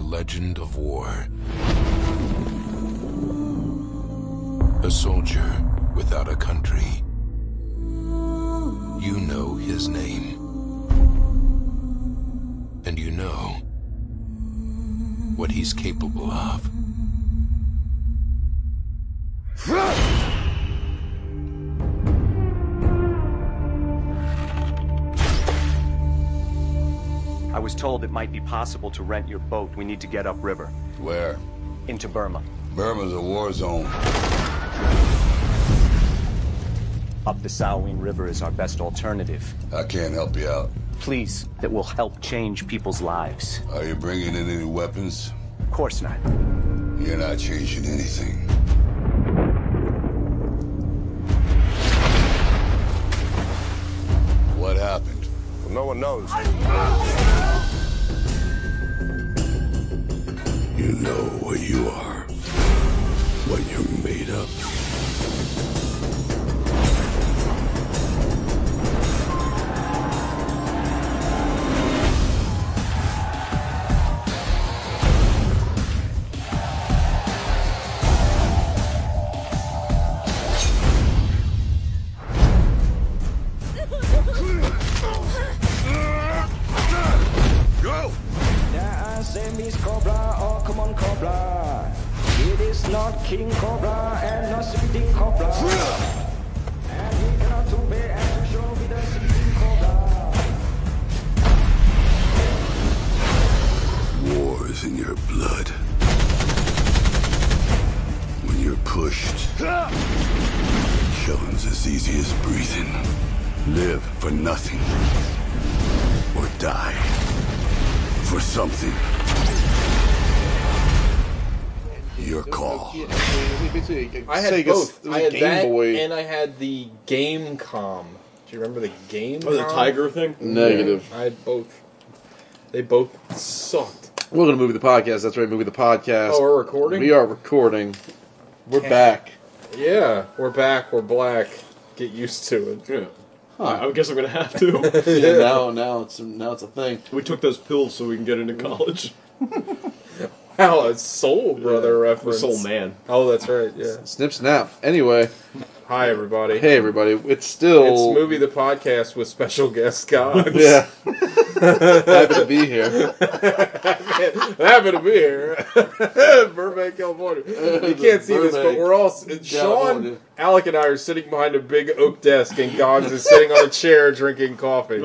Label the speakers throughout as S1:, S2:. S1: legend of war. A soldier without a country. You know his name. And you know what he's capable of.
S2: I was told it might be possible to rent your boat. We need to get upriver
S3: Where?
S2: into Burma.
S3: Burma's a war zone.
S2: Up the Salween River is our best alternative.
S3: I can't help you out.
S2: Please, that will help change people's lives.
S3: Are you bringing in any weapons?
S2: Of course not.
S3: You're not changing anything. What happened?
S4: Well, no one knows.
S1: You know what you are, what you're made of.
S4: Go!
S5: Yeah, I say Miss Cobra, oh come on Cobra. It is not King Cobra and not Sitting Cobra. and we cannot obey and to show with the Sitting Cobra.
S3: War is in your blood. When you're pushed, killing's as easy as breathing. Live for nothing, or die for something. Your call.
S6: I had
S7: Sega,
S6: both.
S7: It was
S6: I had
S7: Game
S6: that,
S7: Boy.
S6: and I had the GameCom. Do you remember the Game?
S7: Oh, the tiger thing? Negative.
S6: I had both. They both sucked.
S7: We're going to movie the podcast. That's right, movie the podcast.
S6: Oh, we're recording?
S7: We are recording. We're back.
S6: Yeah, we're back. We're black. Get used to it.
S8: Yeah. I, I guess I'm gonna have to.
S7: Yeah, now, now it's now it's a thing.
S8: we took those pills so we can get into college.
S6: Wow, a Soul Brother
S8: We're
S6: reference.
S8: soul man.
S6: Oh, that's right. Yeah.
S7: Snip, snap. Anyway,
S6: Hi, everybody.
S7: hey everybody, it's still
S6: It's movie the podcast with special guest Scott.
S7: Yeah, happy to be here.
S6: Happy to be here, Burbank, California. You can't see this, but
S7: Burbank,
S6: we're all Sean,
S7: California.
S6: Alec, and I are sitting behind a big oak desk, and Gogs is sitting on a chair drinking coffee.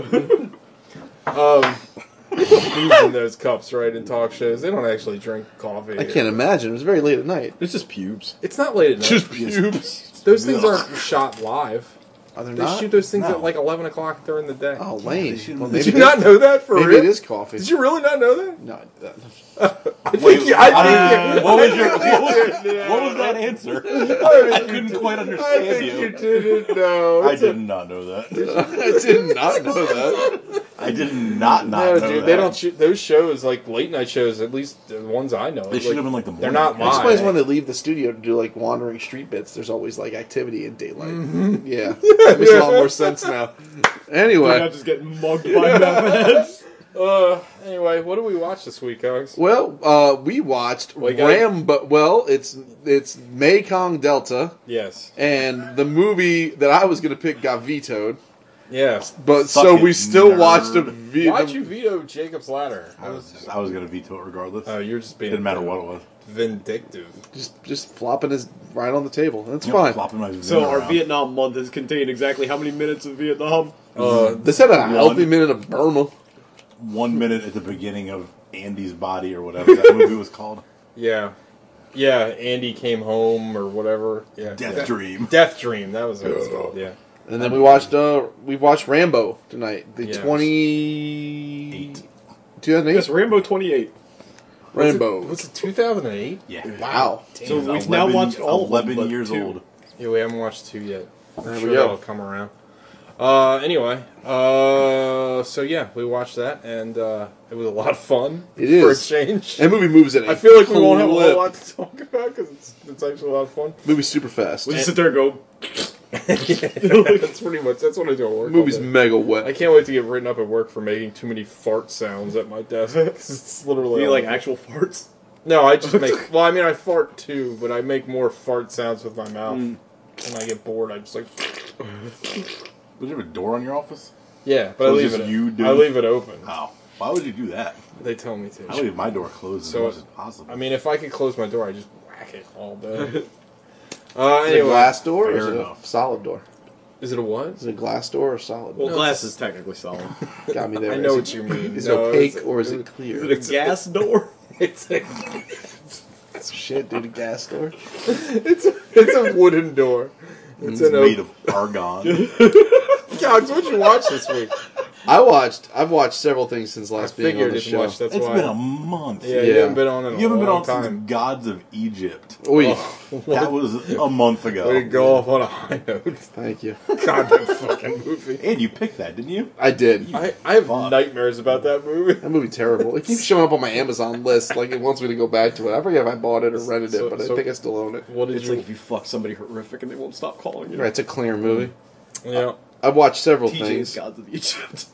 S6: Um, using those cups, right? In talk shows, they don't actually drink coffee.
S7: I can't imagine. It was very late at night.
S8: It's just pubes.
S6: It's not late at night.
S8: Just pubes.
S6: those things aren't shot live.
S7: Are there
S6: They
S7: not?
S6: shoot those things at like eleven o'clock during the day.
S7: oh, lame. Well,
S6: Did
S7: maybe
S6: you not know that for
S7: maybe
S6: real?
S7: it is coffee.
S6: Did you really not know that?
S7: No, that-
S6: I think you, I think you,
S8: what was your what was, what was that answer? I couldn't quite
S6: I think you didn't know.
S8: I
S6: It's a-
S8: did not know that.
S7: I did not know that.
S8: I did not not
S6: No,
S8: know
S6: dude,
S8: that.
S6: they don't shoot those shows like late night shows. At least the ones I know.
S8: They should have been like the
S6: They're
S8: morning
S6: not
S8: guys.
S6: live.
S7: That's why when they leave the studio to do like wandering street bits, there's always like activity in daylight.
S6: Mm-hmm.
S7: Yeah, that makes a lot more sense now.
S8: I
S7: Anyway,
S8: just get mugged by Batman.
S6: Uh, anyway, what do we watch this week, Alex?
S7: well, uh, we watched
S6: We got-
S7: Rambo. Well, it's it's Mekong Delta,
S6: Yes.
S7: and the movie that I was going to pick got vetoed.
S6: Yes.
S7: But
S8: Suck
S7: so
S8: it,
S7: we still
S8: nerd.
S7: watched a v-
S6: Why'd you veto Jacob's Ladder? I was.
S8: I was gonna veto it regardless.
S6: Oh, you're just being
S8: didn't matter what it was.
S6: vindictive.
S7: just just flopping his right on the table. That's
S8: You know,
S7: fine.
S8: flopping my so our Vietnam month has contained exactly how many minutes of Vietnam?
S6: Uh,
S7: They said a healthy
S8: One.
S7: minute of Burma.
S8: One minute at the beginning of Andy's body or whatever that movie was called.
S6: yeah, yeah. Andy came home or whatever. Yeah.
S8: Death
S6: Yeah.
S8: Dream.
S6: Death Dream. That was what it was called. Yeah.
S7: And then we watched uh we watched Rambo tonight. The
S6: Yes.
S7: twenty
S8: Eight.
S7: 2008
S8: Yes, Rambo 28.
S7: Rambo.
S6: Was it 2008?
S8: Yeah.
S7: wow.
S8: So
S6: Damn.
S8: we've now watched all 11 years old.
S6: Yeah, we haven't watched two yet. I'm
S7: There
S6: sure
S7: we go.
S6: that'll come around. Uh, anyway, uh, so yeah, we watched that, and uh, it was a lot of fun.
S7: It
S6: for
S7: is.
S6: a change.
S7: That movie moves at.
S6: I feel like we won't have a
S7: clip.
S6: whole lot to talk about because it's, it's actually a lot of fun.
S7: Movie's super fast.
S8: We just sit there and go,
S6: that's pretty much that's what I do at work. all
S7: The movie's
S6: day.
S7: mega
S6: I
S7: wet.
S6: can't wait to get written up at work for making too many fart sounds at my desk. it's literally
S9: You
S6: all-
S9: like actual farts?
S6: no. I just make. Well, I mean, I fart too, but I make more fart sounds with my mouth. When I get bored, I just like.
S8: Did you have a door on your office?
S6: Yeah, but I
S8: So
S6: leave
S8: just
S6: it.
S8: you do-
S6: I leave it open.
S8: Wow. Why would you do that?
S6: They tell me
S8: I
S6: to.
S8: leave my door closed
S6: So-
S8: as much as possible.
S6: I mean, if I could close my door, I just whack it all day. Uh,
S7: Is it a
S6: anyway,
S7: glass door or
S8: fair
S7: is it a
S8: enough.
S7: solid door?
S6: is it a what?
S7: Is it a glass door or solid
S9: Well,
S7: door?
S9: glass is technically solid.
S7: Got me there.
S6: I
S7: Is
S6: know what
S7: it-
S6: you mean.
S7: Is it
S6: No,
S7: opaque
S6: it's-
S7: or is it clear?
S9: The gas door?
S6: It's a,
S7: Shit, dude, a gas door.
S6: it's a, it's a wooden door. It's,
S8: it's
S6: an
S8: made
S6: open.
S8: of argon.
S6: Cox, what'd you watch this week?
S7: I watched. I've watched several things since
S6: I
S7: last being on
S6: figured
S7: the
S6: it's
S7: show.
S6: much. That's
S8: it's
S6: why.
S8: been a month.
S6: yeah,
S7: Yeah.
S6: you haven't been on in a
S8: You haven't been
S6: long
S8: on
S6: time.
S8: since Gods of Egypt.
S7: Oy,
S8: That was a month
S6: Way to
S8: ago.
S6: go off on a high note.
S7: thank you.
S6: God, that fucking movie.
S8: And you picked that, didn't you?
S7: I did.
S6: I, I have
S8: Fuck.
S6: nightmares about that movie.
S7: That movie terrible. It keeps showing up on my Amazon list. Like it wants me to go back to it. I forget if I bought it or rented
S6: So-
S7: it, but
S6: so-
S7: I think I still own it.
S6: What did
S9: It's
S6: you?
S9: like if you fuck somebody horrific and they won't stop calling you.
S7: Right, it's a clear movie.
S6: yeah.
S7: I've watched several
S9: TJ's
S7: things.
S9: Gods of Egypt.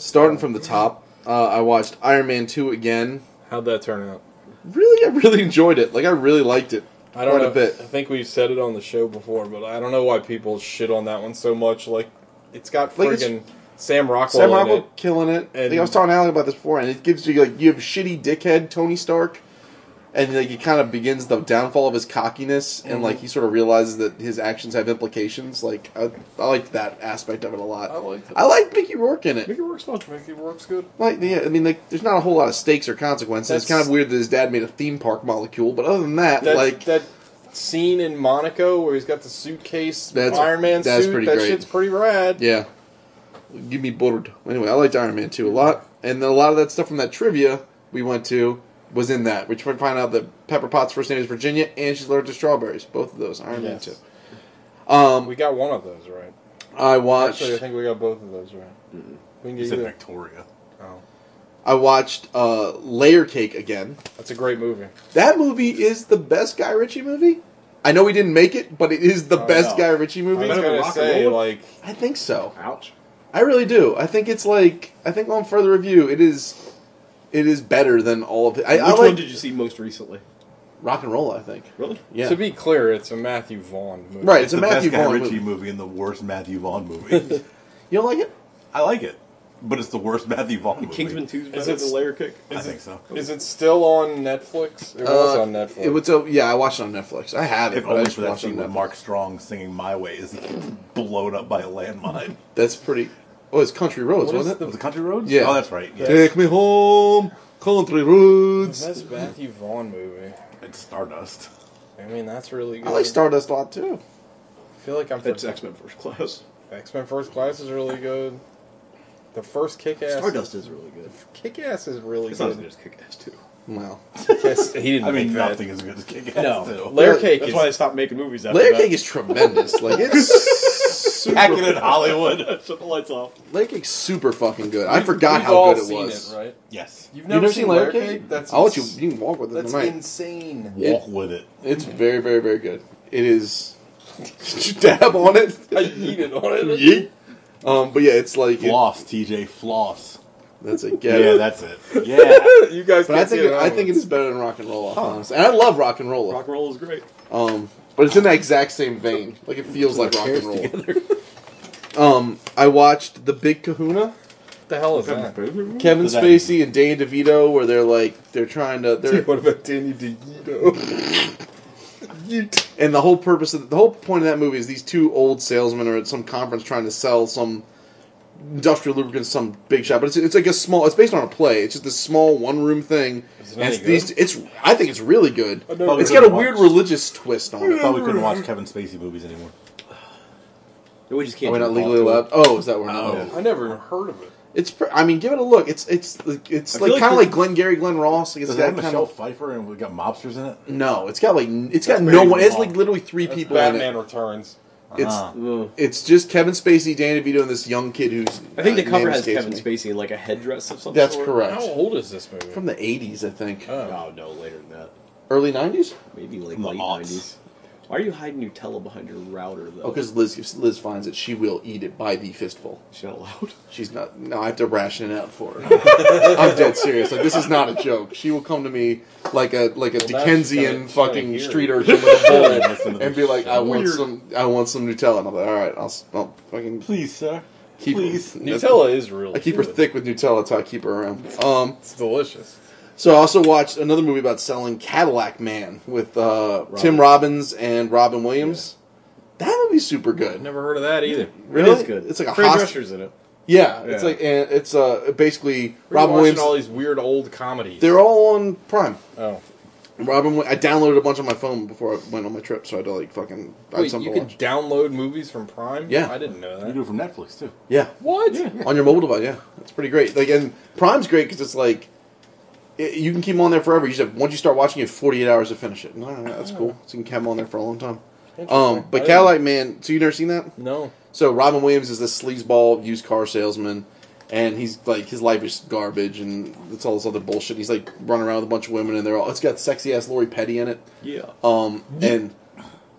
S7: Starting from the top, uh, I watched Iron Man two again.
S6: How'd that turn out?
S7: Really, I really enjoyed it. Like I really liked it.
S6: I don't
S7: quite
S6: know.
S7: a bit.
S6: I think we said it on the show before, but I don't know why people shit on that one so much. Like, it's got
S7: Like, it's-
S6: friggin' Sam Rockwell.
S7: Sam
S6: in
S7: Rockwell
S6: it.
S7: killing it. I
S6: And-
S7: think I was talking to Alec about this before, and it gives you like you have shitty dickhead Tony Stark, and like it kind of begins the downfall of his cockiness, and like he sort of realizes that his actions have implications. Like I, I liked that aspect of it a lot. I
S6: liked it.
S7: I liked Mickey Rourke in it.
S6: Mickey Rourke's fun. Mickey Rourke's good.
S7: Like yeah, I mean like there's not a whole lot of stakes or consequences. it's kind
S6: That's-
S7: of weird that his dad made a theme park molecule, but other than that,
S6: That,
S7: like
S6: that scene in Monaco where he's got the suitcase
S7: That's-
S6: Iron Man
S7: that's
S6: suit.
S7: pretty
S6: that
S7: great.
S6: shit's pretty rad.
S7: Yeah. Give me bored. Anyway, I liked Iron Man 2 a lot. And then a lot of that stuff from that trivia we went to was in that. We tr- find out that Pepper Potts' first name is Virginia, and she's allergic to strawberries. Both of those, Iron
S6: Yes.
S7: Man 2. Um,
S6: We got one of those right.
S7: I watched.
S6: Actually, I think we got both of those right.
S7: Mm-hmm.
S6: We can
S8: You
S6: get
S8: said
S6: either.
S8: Victoria.
S6: Oh,
S7: I watched uh, Layer Cake again.
S6: that's a great movie.
S7: That movie is the best Guy Ritchie movie. I know we didn't make it, but it is the
S6: Oh,
S7: best
S8: no.
S7: Guy Ritchie
S6: I
S7: movie.
S6: was
S8: Better than
S6: gonna
S8: Rock and
S6: say
S8: Roller?
S6: like
S7: I think so.
S9: Ouch.
S7: I really do. I think it's like I think on further review, it is it is better than all of it. I,
S9: Which
S7: I like
S9: one did you see most recently?
S7: rock and roll. I think.
S9: Really?
S7: Yeah.
S6: to be clear, it's a Matthew Vaughn movie.
S7: right.
S8: It's
S7: It's, a
S8: the
S7: Matthew
S8: best Guy
S7: Vaughn
S8: Ritchie
S7: movie.
S8: movie. and the worst Matthew Vaughn movie.
S7: You don't like it?
S8: I like it, but it's the worst Matthew Vaughn movie.
S9: Kingsman 2 is better
S6: it-
S9: than Layer Kick?
S8: I think so.
S7: Oh,
S6: Is it still on Netflix? It was
S7: Uh,
S6: on Netflix.
S7: It was. A, yeah, I watched it on Netflix. I have it.
S8: If
S7: but I
S8: only
S7: just
S8: for that
S7: watched it on
S8: scene with
S7: Netflix.
S8: Mark Strong singing "My Way" is blown up by a landmine.
S7: That's pretty. Oh, it's Country Roads,
S6: What is
S7: wasn't it?
S8: The country roads?
S7: Yeah.
S8: Oh, that's right. Yeah.
S7: Take me home, Country Roads.
S6: That's Matthew Vaughn movie.
S8: It's Stardust.
S6: I mean, that's really good.
S7: I like Stardust a lot too.
S6: I feel like I'm.
S9: That's X Men First Class.
S6: X Men First Class is really good. The first Kick Ass.
S9: Stardust is really good.
S6: Kick Ass is really
S9: It's not as good
S6: good.
S9: as Kick Ass 2.
S7: Wow.
S6: Yes, he didn't.
S8: I mean,
S6: make that.
S8: nothing is good as Kick Ass.
S9: No.
S6: Layer
S7: Yeah,
S6: Cake
S9: That's
S6: is.
S9: why they stopped making movies after
S7: Layer
S9: that.
S7: Cake is tremendous. Like it's super.
S8: Back in Hollywood.
S9: Shut the lights off.
S7: Layer Cake's super fucking good. I forgot
S6: We've
S7: how
S6: all
S7: good it
S6: seen
S7: was.
S6: right?
S8: Yes.
S6: You've
S7: You never seen Layer Cake?
S6: That's
S7: I'll let you.
S6: ins-
S7: You can walk with it
S6: That's
S7: tonight.
S6: insane.
S8: Walk with it.
S7: It's very, very, very good. It is. Did you dab on it?
S6: I yeeted on it.
S7: Yeet. Um, but yeah, it's like it-
S8: Floss, TJ. Floss.
S7: that's a
S8: Yeah,
S7: get. Yeah,
S8: that's it. Yeah.
S6: You guys.
S7: but I think it, I think it is better than rock and roll, honestly. And I love rock and roll,
S9: Rock and roll is great.
S7: um, but it's in that exact same vein. Like it feels like rock and roll. um, I watched The Big Kahuna.
S6: What the hell is that?
S7: Kevin
S8: Does that-
S7: Spacey and Danny DeVito, where they're like they're trying to they're
S6: What about Danny DeVito?
S7: And the whole purpose of the whole point of that movie is these two old salesmen are at some conference trying to sell some industrial lubricant, to some big shop. But it's, it's like a small. It's based on a play. It's just this small one room thing.
S6: Is it
S7: And it's
S6: any
S7: these. It's. I think it's really good.
S8: Probably
S7: It's got a
S8: couldn't
S7: weird
S8: watch-
S7: religious twist on it.
S8: Probably couldn't watch Kevin Spacey movies anymore.
S9: We just can't.
S7: Are we
S9: do
S7: not
S9: the
S7: legally
S9: ball.
S7: allowed? Oh, is that where? Oh.
S8: Oh.
S6: I never heard of it.
S7: It's. pr- I mean, give it a look. It's. It's. like- It's
S9: feel
S7: like
S9: like
S7: kind of
S9: this-
S7: like Glenn Gary, Glenn Ross. Like it's
S8: Does it
S7: that
S8: have
S7: kind
S8: Michelle
S7: of.
S8: Pfeiffer and we got mobsters in it?
S7: No, it's got like. n- It's got
S8: That's
S7: no
S8: very
S7: one. It's
S8: wrong.
S7: like literally three people in it.
S6: Batman Returns.
S7: It's.
S9: Ugh.
S7: It's just Kevin Spacey, Danny DeVito, and this young kid who's.
S9: I think the
S7: uh,
S9: cover
S7: name
S9: has
S7: escapes
S9: Kevin
S7: me.
S9: Spacey in like a headdress of some
S7: That's
S9: sort.
S7: correct.
S6: How old is this movie?
S7: From the 80s, I think.
S8: Uh.
S9: Oh no, later than that.
S7: Early 90s?
S9: Maybe like
S8: From the
S9: late
S8: aughts.
S9: nineties. Why are you hiding Nutella behind your router though?
S7: Oh, because Liz, Liz finds it, she will eat it by the fistful.
S9: It's not allowed.
S7: She's not. No, I have to ration it out for her. I'm dead serious. Like this is not a joke. She will come to me like a like a
S8: now
S7: Dickensian
S8: she's gotta- she's
S7: fucking
S8: gotta hear
S7: street
S8: you.
S7: urchin with a bowl
S8: Listen to
S7: and
S8: this
S7: be like,
S8: shit.
S7: I want some, I want some Nutella. And I'm like, all right, I'll, s- I'll fucking
S8: please, sir.
S7: keep
S8: please.
S7: Nutella.
S10: Nutella is real.
S7: I keep her
S10: good.
S7: thick with Nutella, so I keep her around. Um,
S6: It's delicious.
S7: so I also watched another movie about selling Cadillac Man with uh, Tim Robbins and Robin Williams. That movie's super good.
S6: Never heard of that either.
S7: Really?
S9: It is good.
S7: It's like a
S10: Fred
S7: host-
S10: Drescher's in it.
S7: Yeah, it's
S6: Yeah.
S7: like and it's uh basically
S6: We're watching
S7: Robin Williams.
S6: all these weird old comedies.
S7: They're all on Prime.
S6: oh,
S7: Robin, Wi- I downloaded a bunch on my phone before I went on my trip, so I had to like fucking. I had
S6: wait,
S7: something
S6: you
S7: to
S6: can
S7: watch.
S6: download movies from Prime?
S7: Yeah.
S6: I didn't know
S8: You
S6: that.
S8: do it from Netflix too.
S7: yeah,
S6: What?
S7: on your mobile device. Yeah, that's pretty great. Like, and Prime's great because it's like it, you can keep 'em on there forever. You just have, once you start watching, you have forty eight hours to finish it. And, all right, that's cool. So you can have 'em on there for a long time. Um,
S6: I
S7: but
S6: didn't-
S7: Cadillac Man. So you never seen that?
S6: No.
S7: So Robin Williams is this sleazeball used car salesman, and he's like his life is garbage, and it's all this other bullshit. He's like running around with a bunch of women, and they're all it's got sexy ass Lori Petty in it,
S9: Yeah.
S7: um, and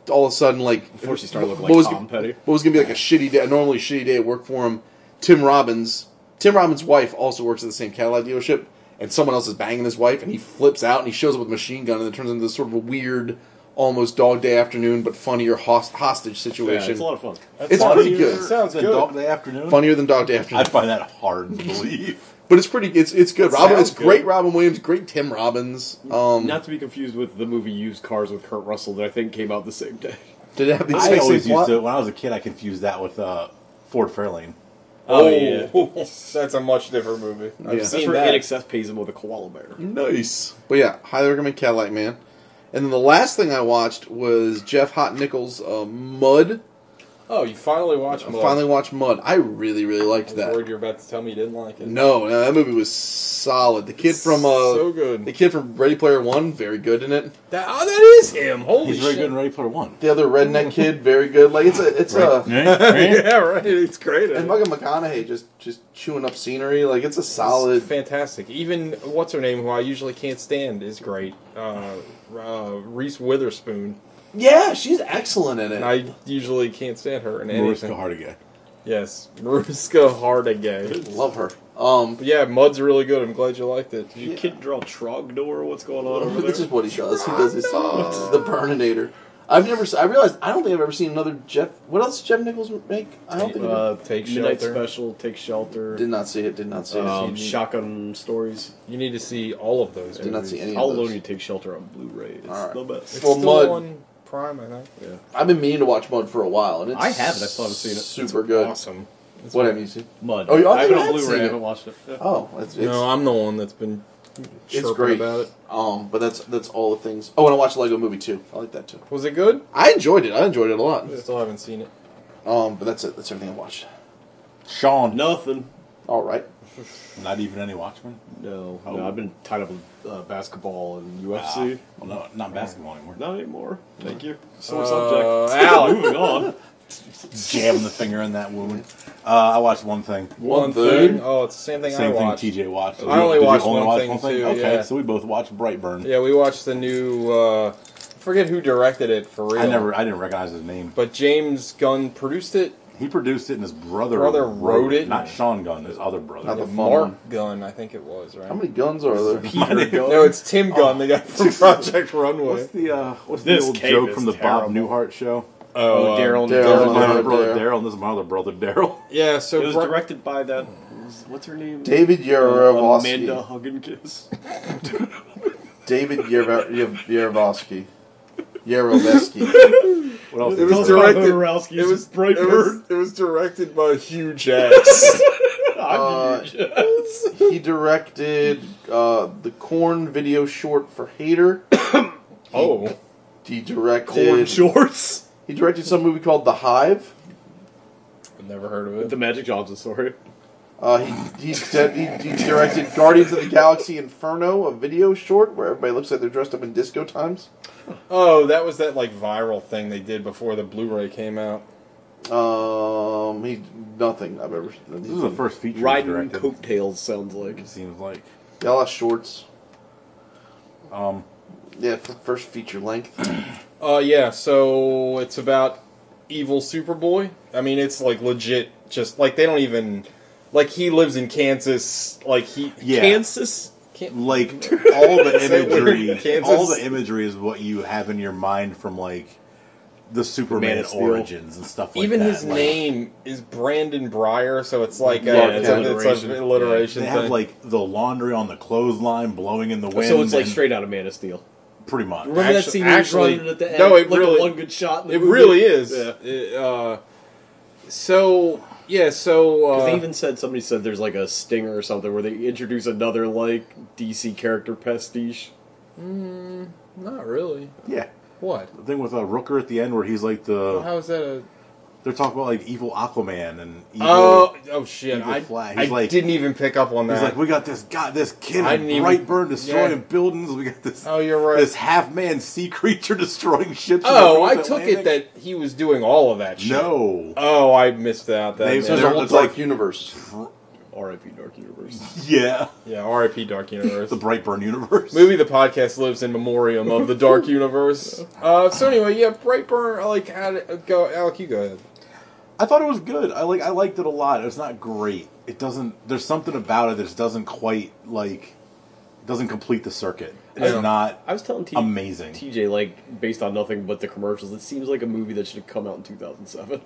S7: all of a sudden like
S9: Before she started looking
S7: what
S9: like
S7: was
S9: Tom Petty.
S7: what was gonna be like a shitty day, a normally shitty day at work for him. Tim Robbins, Tim Robbins' wife also works at the same Cadillac dealership, and someone else is banging his wife, and he flips out and he shows up with a machine gun, and it turns into this sort of a weird. Almost dog day afternoon, but funnier host- hostage
S9: Yeah,
S7: situation.
S9: it's a lot of fun.
S7: It's pretty good.
S8: Sounds good. Dog Day Afternoon.
S7: funnier than Dog Day
S8: I
S7: Afternoon.
S8: find that hard to believe.
S7: But it's pretty. It's it's good. Robin.
S8: sounds
S7: It's great.
S8: good.
S7: Robin Williams. Great Tim Robbins. Um,
S9: Not to be confused with the movie Used Cars with Kurt Russell that I think came out the same day.
S7: did it have the
S8: I
S7: exact same
S8: always used
S7: plot?
S8: to when I was a kid. I confused that with uh, Ford Fairlane.
S9: Oh, yeah.
S6: that's a much different movie.
S7: Yeah.
S6: I've
S9: That's
S6: seen
S9: where
S6: that.
S9: NXS pays him with a koala bear.
S7: Nice. But yeah, highly recommend Cadillac Man. And then the last thing I watched was Jeff Hot Nichols' uh, Mud.
S6: Oh, you finally watched.
S7: I finally watched Mud. I really really liked
S6: I was
S7: that.
S6: worried you were about to tell me you didn't like it.
S7: No, no, that movie was solid. The kid from uh,
S6: So good.
S7: the kid from Ready Player One, very good in it.
S6: That, oh, that is him. Holy
S8: He's very
S6: shit.
S8: good in Ready Player One.
S7: The other redneck kid, very good. Like it's a it's a
S6: yeah, right. It's great.
S7: and Michael McConaughey just just chewing up scenery. Like it's a solid.
S6: fantastic. Even what's her name, who I usually can't stand, is great. Uh, uh, Reese Witherspoon.
S7: Yeah, she's excellent in it.
S6: And I usually can't stand her in
S8: Mariska
S6: anything.
S8: Hargitay.
S6: Yes, Mariska Hargitay.
S7: Love her. Um,
S6: But yeah, Mud's really good. I'm glad you liked it.
S9: Did your kid draw Trogdor? What's going on over
S7: this
S9: there?
S7: is what he does. He does his the Burninator. I've never. se- I realized. I don't think I've ever seen another Jeff. What else did Jeff Nichols make? I don't think. I
S9: Uh,
S6: Take
S9: Midnight
S6: Shelter.
S9: Special, Take Shelter,
S7: did not see it. Did not see
S9: um,
S7: it.
S9: Shotgun Stories.
S6: You need to see all of those.
S7: Did not see any of
S9: I'll
S7: those.
S9: loan you Take Shelter on Blu-ray. It's
S7: All right.
S9: the best.
S7: Well,
S6: well,
S7: Mud-
S6: Mud on Prime, I think.
S7: I've been meaning to watch Mud for a while, and it's
S9: I haven't. I still haven't seen it.
S7: Super good.
S6: Awesome.
S7: What have you seen?
S9: Mud.
S7: Oh, you- I
S9: I have it
S7: thought
S9: on
S7: I'd seen
S9: Blu-ray.
S7: it.
S9: I haven't watched it.
S7: Oh, it's, it's,
S6: no, I'm the one that's been
S7: it's
S6: chirping
S7: great.
S6: about it.
S7: Um, but that's that's all the things. Oh, and I watched Lego Movie too. I like that too.
S6: Was it good?
S7: I enjoyed it. I enjoyed it a lot.
S6: I still haven't seen it.
S7: Um, but that's it. That's everything I watched.
S8: Sean.
S9: Nothing.
S7: All right.
S8: Not even any Watchmen.
S9: No,
S8: Oh.
S9: no, I've been tied up with uh, basketball and UFC.
S8: Well, no, not basketball anymore.
S9: Not anymore. Thank you. Sore
S6: Uh,
S9: subject.
S6: Alec.
S9: Moving on.
S8: Jabbing the finger in that wound. Uh, I watched one thing.
S6: One thing. Oh, it's the same thing I
S8: Same thing
S6: watched.
S8: TJ watched.
S6: I only watched one thing, too,
S8: Okay,
S6: yeah.
S8: so we both watched Brightburn.
S6: Yeah, we watched the new. Uh, I forget who directed it for real.
S8: I never, I didn't recognize his name.
S6: But James Gunn produced it.
S8: He produced it, and his brother,
S6: Brother wrote it?
S8: Not Sean Gunn, his other brother.
S7: Not the fun one.
S6: Mark Gunn, I think it was right.
S7: How many guns are there?
S8: My name-
S6: No, it's Tim Gunn, the guy from Project Runway.
S8: What's the uh, what's
S9: This
S8: the old
S9: cave
S8: joke
S9: is
S8: from the Bob
S9: terrible.
S8: Newhart show?
S9: Oh, Daryl.
S7: Daryl.
S9: and Daryl.
S8: There's my
S7: Daryl.
S8: other brother
S7: Daryl.
S8: Daryl, and this is my other brother Daryl.
S6: Yeah, so
S9: It was
S6: Bri-
S9: directed by that. What's her name? Um,
S7: David Yarovsky.
S9: Amanda Hugginkiss.
S7: David Yer- Yer- Yerovsky. Yerovsky.
S8: What else?
S6: it was
S9: Tell us about
S6: directed.
S9: Jodorowsky's
S6: It was,
S9: Brightburn.
S6: it was it was directed by Hugh Jacks.
S7: Uh, he directed uh, the corn video short for Hater.
S6: oh,
S7: He directed
S9: Corn shorts.
S7: He directed some movie called The Hive.
S6: I've never heard of it.
S9: The Magic Johnson story.
S7: Uh, he, he, did- he, he directed Guardians of the Galaxy Inferno, a video short where everybody looks like they're dressed up in disco times.
S6: Oh, that was that like viral thing they did before the Blu-ray came out.
S7: Um, he nothing I've ever.
S8: This is the first feature he
S9: Riding
S8: directed.
S9: coattails sounds like.
S8: It seems like
S7: Y'all have shorts.
S8: um,
S7: Yeah, f- first feature length.
S6: Uh, yeah, so it's about evil Superboy. I mean, it's like legit, just like they don't even like he lives in Kansas, like he
S8: Yeah.
S6: Kansas. Can-
S8: Like all the
S6: Is that where-
S8: imagery,
S6: Kansas?
S8: all the imagery is what you have in your mind from like the Superman
S9: of Steel.
S8: origins and stuff like
S6: even
S8: that.
S6: his
S8: Like,
S6: name is Brandon Breyer, so it's like a,
S9: Yeah,
S6: it's,
S9: it's
S6: a- it's
S9: alliteration.
S6: an alliteration
S8: They
S6: thing.
S8: have like the laundry on the clothesline blowing in the wind.
S9: so it's like
S8: and-
S9: straight out of Man of Steel.
S8: pretty much.
S9: Remember
S6: Actu-
S9: that scene where he's
S6: actually-
S9: running at the end?
S6: no, it
S9: like
S6: really-
S9: the one good shot. In the
S6: it
S9: movie?
S6: really is.
S9: Yeah.
S6: It, uh, so yeah, so uh,
S9: They even said somebody said there's like a stinger or something where they introduce another like DC character pastiche.
S6: not really.
S8: Yeah.
S6: What?
S8: The thing with uh, Rooker at the end where he's like the
S6: How is that a?
S8: they're talking about like evil Aquaman and evil.
S6: Oh, oh shit!
S8: Evil
S6: I,
S8: Flag.
S6: I
S8: He's like-
S6: didn't even pick up on that.
S8: He's like, we got this guy, this kid
S6: I
S8: in
S6: didn't even-
S8: Brightburn destroying
S6: yeah.
S8: buildings. We got this.
S6: Oh, you're right.
S8: This half man sea creature destroying ships. in the
S6: Oh,
S8: North
S6: I took it
S8: Atlantic."
S6: that he was doing all of that shit.
S8: no.
S6: Oh, I missed out that.
S8: They-
S6: man.
S7: So there's a
S8: They're-
S7: whole
S8: it's
S7: dark
S8: like-
S7: universe.
S9: R.I.P. Dark Universe.
S8: Yeah,
S6: yeah, R.I.P. Dark Universe.
S8: the Brightburn universe.
S6: Movie the podcast lives in memoriam of the Dark Universe. Uh, so anyway, yeah, Brightburn. Like, how did, uh, go, Alec, you go ahead.
S8: I thought it was good. I like. I liked it a lot. It's not great. It doesn't. There's something about it that just doesn't quite like. Doesn't complete the circuit. It's
S6: Yeah.
S8: not.
S9: I was telling T-
S8: Amazing.
S9: TJ like based on nothing but the commercials. It seems like a movie that should have come out in 2007.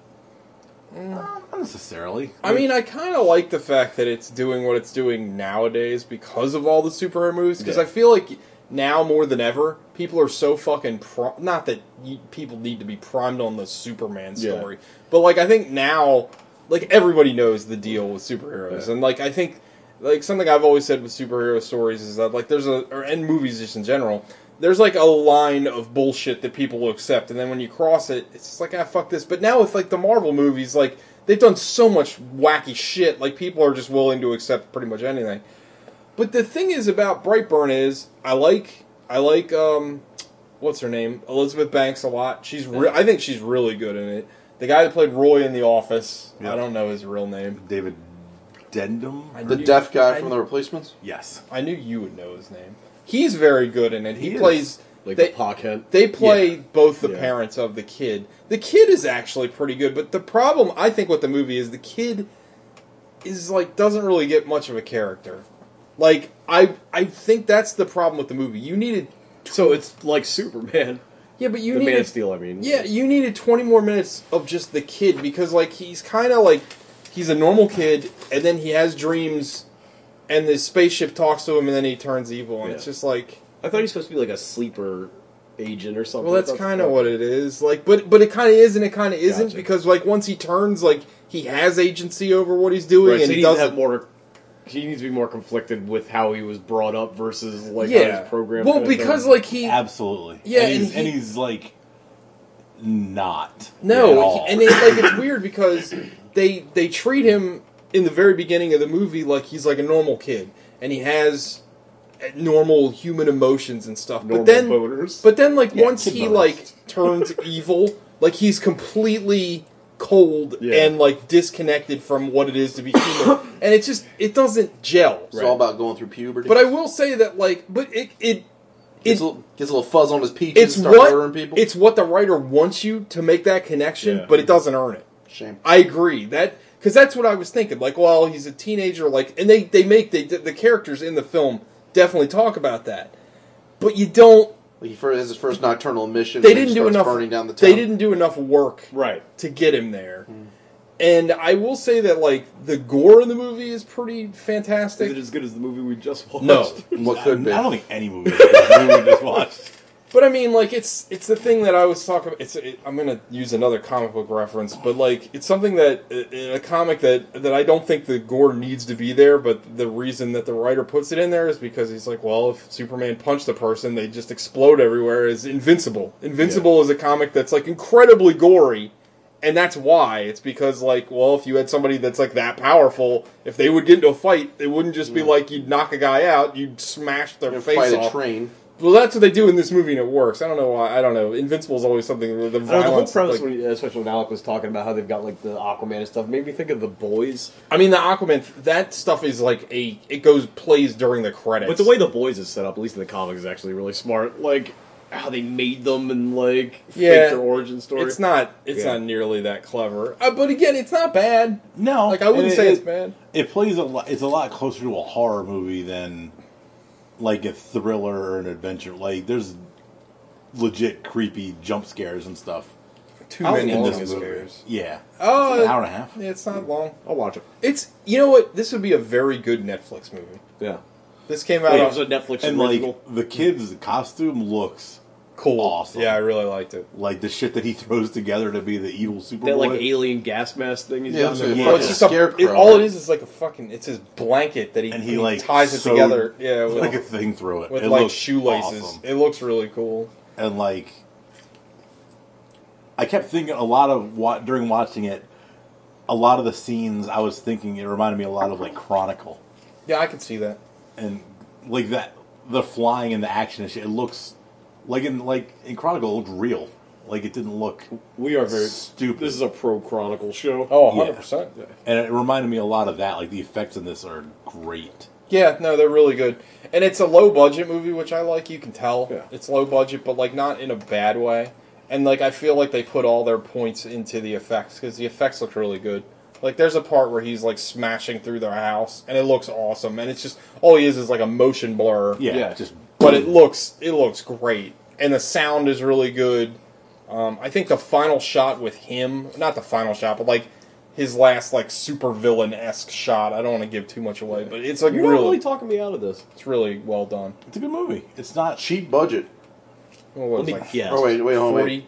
S8: Not necessarily.
S6: I mean, I kind of like the fact that it's doing what it's doing nowadays because of all the superhero movies. Because
S9: Yeah.
S6: I feel like now more than ever, people are so fucking pro- not that you, people need to be primed on the Superman
S9: Yeah.
S6: story, but like I think now, like everybody knows the deal with superheroes,
S9: Yeah.
S6: and like I think like something I've always said with superhero stories is that like there's a or and movies just in general. There's like a line of bullshit that people will accept, and then when you cross it, it's just like ah fuck this. But now with like the Marvel movies, like they've done so much wacky shit, like people are just willing to accept pretty much anything. But the thing is about Brightburn is I like I like um what's her name Elizabeth Banks a lot. She's re- I think she's really good in it. The guy that played Roy in The Office,
S8: Yeah.
S6: I don't know his real name.
S8: David Dendum.
S6: I
S7: The
S6: knew-
S7: deaf guy
S6: I-
S7: from the replacements.
S8: yes.
S6: I knew you would know his name. He's very good in it. He,
S8: He is.
S6: plays
S9: Like
S6: they,
S9: the pocket.
S6: They play
S8: Yeah.
S6: both the
S9: Yeah.
S6: parents of the kid. The kid is actually pretty good, but the problem I think with the movie is the kid is like doesn't really get much of a character. Like I I think that's the problem with the movie. You needed
S9: so it's like Superman.
S6: yeah, but you
S9: the Man
S6: needed
S9: of Steel. I mean.
S6: yeah, you needed 20 more minutes of just the kid because like he's kind of like he's a normal kid and then he has dreams and the spaceship talks to him and then he turns evil and it's
S9: Yeah.
S6: just like
S9: I thought he was supposed to be like a sleeper agent or something.
S6: well that's kind of what it is. Like but but it kind of is and it kind of isn't
S9: Gotcha.
S6: because like once he turns like he has agency over what he's doing
S9: Right, so
S6: and
S9: he,
S6: he
S9: needs to
S6: doesn't
S9: have more. He needs to be more conflicted with how he was brought up versus like how
S6: yeah.
S9: his program.
S6: well because like he
S8: Absolutely.
S6: Yeah,
S8: and he's,
S6: and he-
S8: and he's like not. at
S6: No,
S8: all.
S6: he- and it, like it's weird because they they treat him in the very beginning of the movie like he's like a normal kid and he has uh, normal human emotions and stuff.
S9: Normal
S6: but then,
S9: boners.
S6: but then like once
S8: kid
S6: he
S8: boners.
S6: like turns evil, like he's completely cold
S9: Yeah.
S6: and like disconnected from what it is to be human, and it just it doesn't gel.
S7: It's all about going through puberty.
S6: But I will say that like, but it it.
S7: gets,
S6: it
S7: a little, gets a little fuzz on his peaches.
S6: it's
S7: and start
S6: what
S7: murdering people.
S6: it's what the writer wants you to make that connection,
S9: Yeah.
S6: but it doesn't earn it.
S7: shame.
S6: I agree that because that's what I was thinking. Like, well, he's a teenager. Like, and they they make they, the characters in the film definitely talk about that, but you don't.
S7: Like he first, has his first nocturnal mission.
S6: They
S7: and he
S6: didn't do
S7: starts
S6: enough.
S7: Burning down the town. Hmm.
S6: they didn't do enough work
S9: right.
S6: to get him there. And I will say that like the gore in the movie is pretty
S9: Is it
S6: fantastic.
S9: as good as the movie we just watched?
S6: No,
S7: What could be?
S8: I don't think any movie we just watched.
S6: But I mean, like it's it's the thing that I was talking about. It's it, I'm gonna use another comic book reference, but like it's something that in a comic that that I don't think the gore needs to be there. But the reason that the writer puts it in there is because he's like, well, if Superman punched a person, they just explode everywhere. Is Invincible? Invincible is a comic that's like incredibly gory. And that's why it's because like well if you had somebody that's like that powerful if they would get into a fight it wouldn't just be like you'd knock a guy out you'd smash their
S7: You know,
S6: face
S7: fight
S6: off
S7: a train.
S6: well, that's what they do in this movie, and it works. I don't know why. I don't know. Invincible is always something. The
S9: I don't know, the whole
S6: violence.
S9: premise,
S6: like-
S9: when, you- especially when Alec was talking about how they've got like the Aquaman and stuff, made me think of the boys.
S6: I mean, the Aquaman. That stuff is like a. It goes plays during the credits.
S9: But the way the boys is set up, at least in the comics, is actually really smart. Like how they made them and like
S6: Yeah.
S9: fake their origin story.
S6: It's not. It's
S9: Yeah.
S6: not nearly that clever. Uh, but again, it's not bad.
S8: No,
S6: Like I wouldn't
S8: and
S6: say
S8: it-
S6: it's bad.
S8: It plays a lot. It's a lot closer to a horror movie than like a thriller or an adventure. Like there's legit creepy jump scares and stuff.
S6: Too
S8: How
S6: many
S8: long
S6: jump
S8: is it?
S6: scares.
S8: Yeah,
S6: Oh,
S8: It's an hour and a half.
S6: Yeah, it's not long.
S9: I'll watch it.
S6: It's you know what? This would be a very good Netflix movie.
S9: Yeah.
S6: This came out
S9: Wait, it
S6: on
S9: was a Netflix
S8: and
S9: original.
S8: like the kid's costume looks
S6: cool.
S8: awesome.
S6: Yeah, I really liked it.
S8: like the shit that he throws together to be the evil Superboy.
S9: that like alien gas mask thing. He's
S7: Yeah,
S9: got
S7: it was
S9: there.
S7: a
S8: Yeah.
S6: Well, it's just a,
S7: Scarecrow,
S6: it, all it
S7: right?
S6: is is like a fucking. It's his blanket that he,
S8: and he like
S6: ties it
S8: sewed,
S6: together. Yeah, with
S8: like a thing through it
S6: with
S8: It
S6: like
S8: looks
S6: shoelaces.
S8: awesome.
S6: It looks really cool.
S8: and like I kept thinking a lot of what during watching it, a lot of the scenes I was thinking it reminded me a lot of like Chronicle
S6: Yeah, I can see that.
S8: and like that the flying and the action and shit. It looks like in like in Chronicle it looked real. Like it didn't look,
S9: we are very
S8: Stupid.
S9: This is a pro Chronicle show.
S6: Oh,
S8: Yeah.
S6: 100 percent.
S8: and it reminded me a lot of that. Like the effects in this are great.
S6: Yeah, no, they're really good, and it's a low budget movie, which I like. You can tell
S9: Yeah.
S6: it's low budget, but like not in a bad way. And like I feel like they put all their points into the effects because the effects look really good. Like there's a part where he's like smashing through their house, and it looks awesome. And it's just all he is is like a motion blur.
S8: Yeah,
S9: Yeah.
S8: just
S6: but it looks it looks great, and the sound is really good. Um, I think the final shot with him, not the final shot, but like his last like super villain esque shot. I don't want to give too much away, but it's like
S9: You're not
S6: really,
S9: really talking me out of this.
S6: it's really well done.
S8: it's a good movie. It's not
S7: Cheap budget.
S6: What was
S9: Let me
S6: it, like
S9: guess.
S7: Oh wait, wait, hold on,
S6: 40,
S7: wait.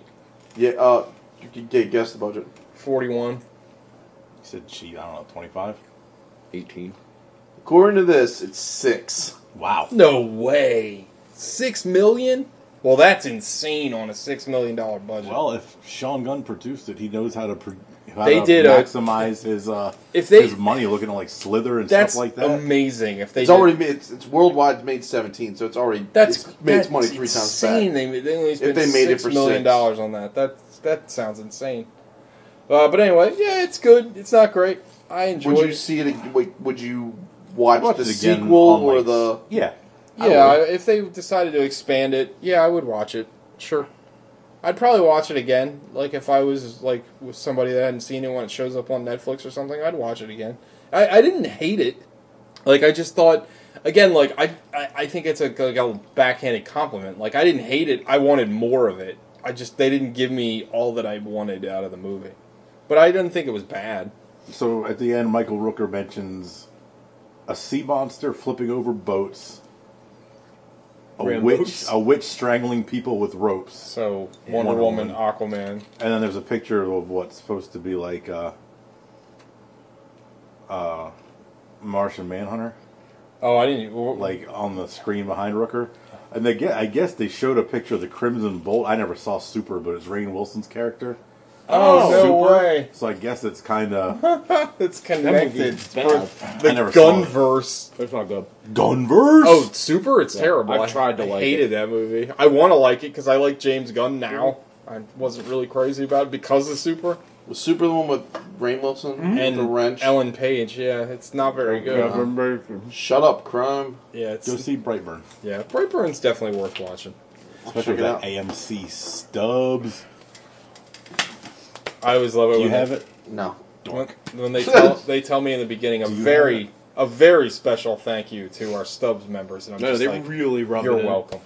S7: Yeah, uh, you can get guess the budget.
S6: 41.
S8: He said she, I don't know, 25?
S9: 18.
S7: According to this, it's six.
S8: Wow.
S6: No way, six million. Well, that's insane on a six million dollar budget.
S8: Well, if Sean Gunn produced it, he knows how to, pro- how
S6: They
S8: to
S6: did a-
S8: maximize his uh,
S6: If they-
S8: his money looking at like Slither and
S6: that's
S8: stuff like that.
S6: amazing. If they
S7: It's
S6: did-
S7: already made, it's, it's worldwide made seventeen, so it's already
S6: That's
S7: it's made its
S6: that's
S7: money three times
S6: insane.
S7: back.
S6: They, they only spent
S7: they made it
S6: six
S7: for
S6: million
S7: six.
S6: dollars on that. That that sounds insane. Uh, but anyway, yeah, it's good. It's not great. I enjoyed.
S7: Would you
S6: it.
S7: see it? ag- Wait, would you watch
S8: Watch
S7: the
S8: it again
S7: sequel
S8: on,
S7: or
S8: like,
S7: the?
S8: yeah,
S6: yeah, I- if they decided to expand it, yeah, I would watch it. Sure, I'd probably watch it again. Like if I was like with somebody that hadn't seen it when it shows up on Netflix or something, I'd watch it again. I, I didn't hate it. Like I just thought, again, like I, I, I think it's a, like a backhanded compliment. Like I didn't hate it. I wanted more of it. I just they didn't give me all that I wanted out of the movie. But I didn't think it was bad.
S8: So at the end, Michael Rooker mentions a sea monster flipping over boats, a
S9: Rambo's.
S8: witch, a witch strangling people with ropes,
S6: So Wonder,
S8: Wonder
S6: Woman,
S8: Woman.
S6: Aquaman,
S8: and then there's a picture of what's supposed to be like uh, uh, Martian Manhunter.
S6: oh I didn't like
S8: like on the screen behind Rooker. And they get, I guess they showed a picture of the Crimson Bolt. I never saw Super, but it's Rain Wilson's character.
S6: oh, no way.
S8: So I guess it's kind of
S6: It's connected.
S9: movie's bad.
S8: I never saw
S6: Gunverse.
S9: That's not good.
S8: it. Gunverse.
S6: Oh, Super! It's terrible.
S9: I've
S6: I
S9: tried to like
S6: hated
S9: it.
S6: that movie. I want to like it because I like James Gunn now. I wasn't really crazy about it because of Super
S7: Was Super the one with Rain Wilson
S6: Mm-hmm. and
S7: the wrench?
S6: Ellen Page. Yeah, it's not very good.
S7: Shut up, crime.
S6: Yeah,
S8: go
S6: it's,
S8: see Brightburn,
S6: yeah. Brightburn's definitely worth watching.
S8: especially
S7: check
S8: with
S7: it
S8: that
S7: out.
S8: AMC Stubbs.
S6: I always love it.
S8: Do you
S6: when
S8: have
S6: they-
S8: it?
S7: No.
S6: When, when they tell they tell me in the beginning a
S8: Do you have
S6: very a very special thank you to our Stubbs members, and I'm
S9: No,
S6: just
S9: they
S6: like,
S9: really rub
S6: "You're
S9: it in.
S6: welcome,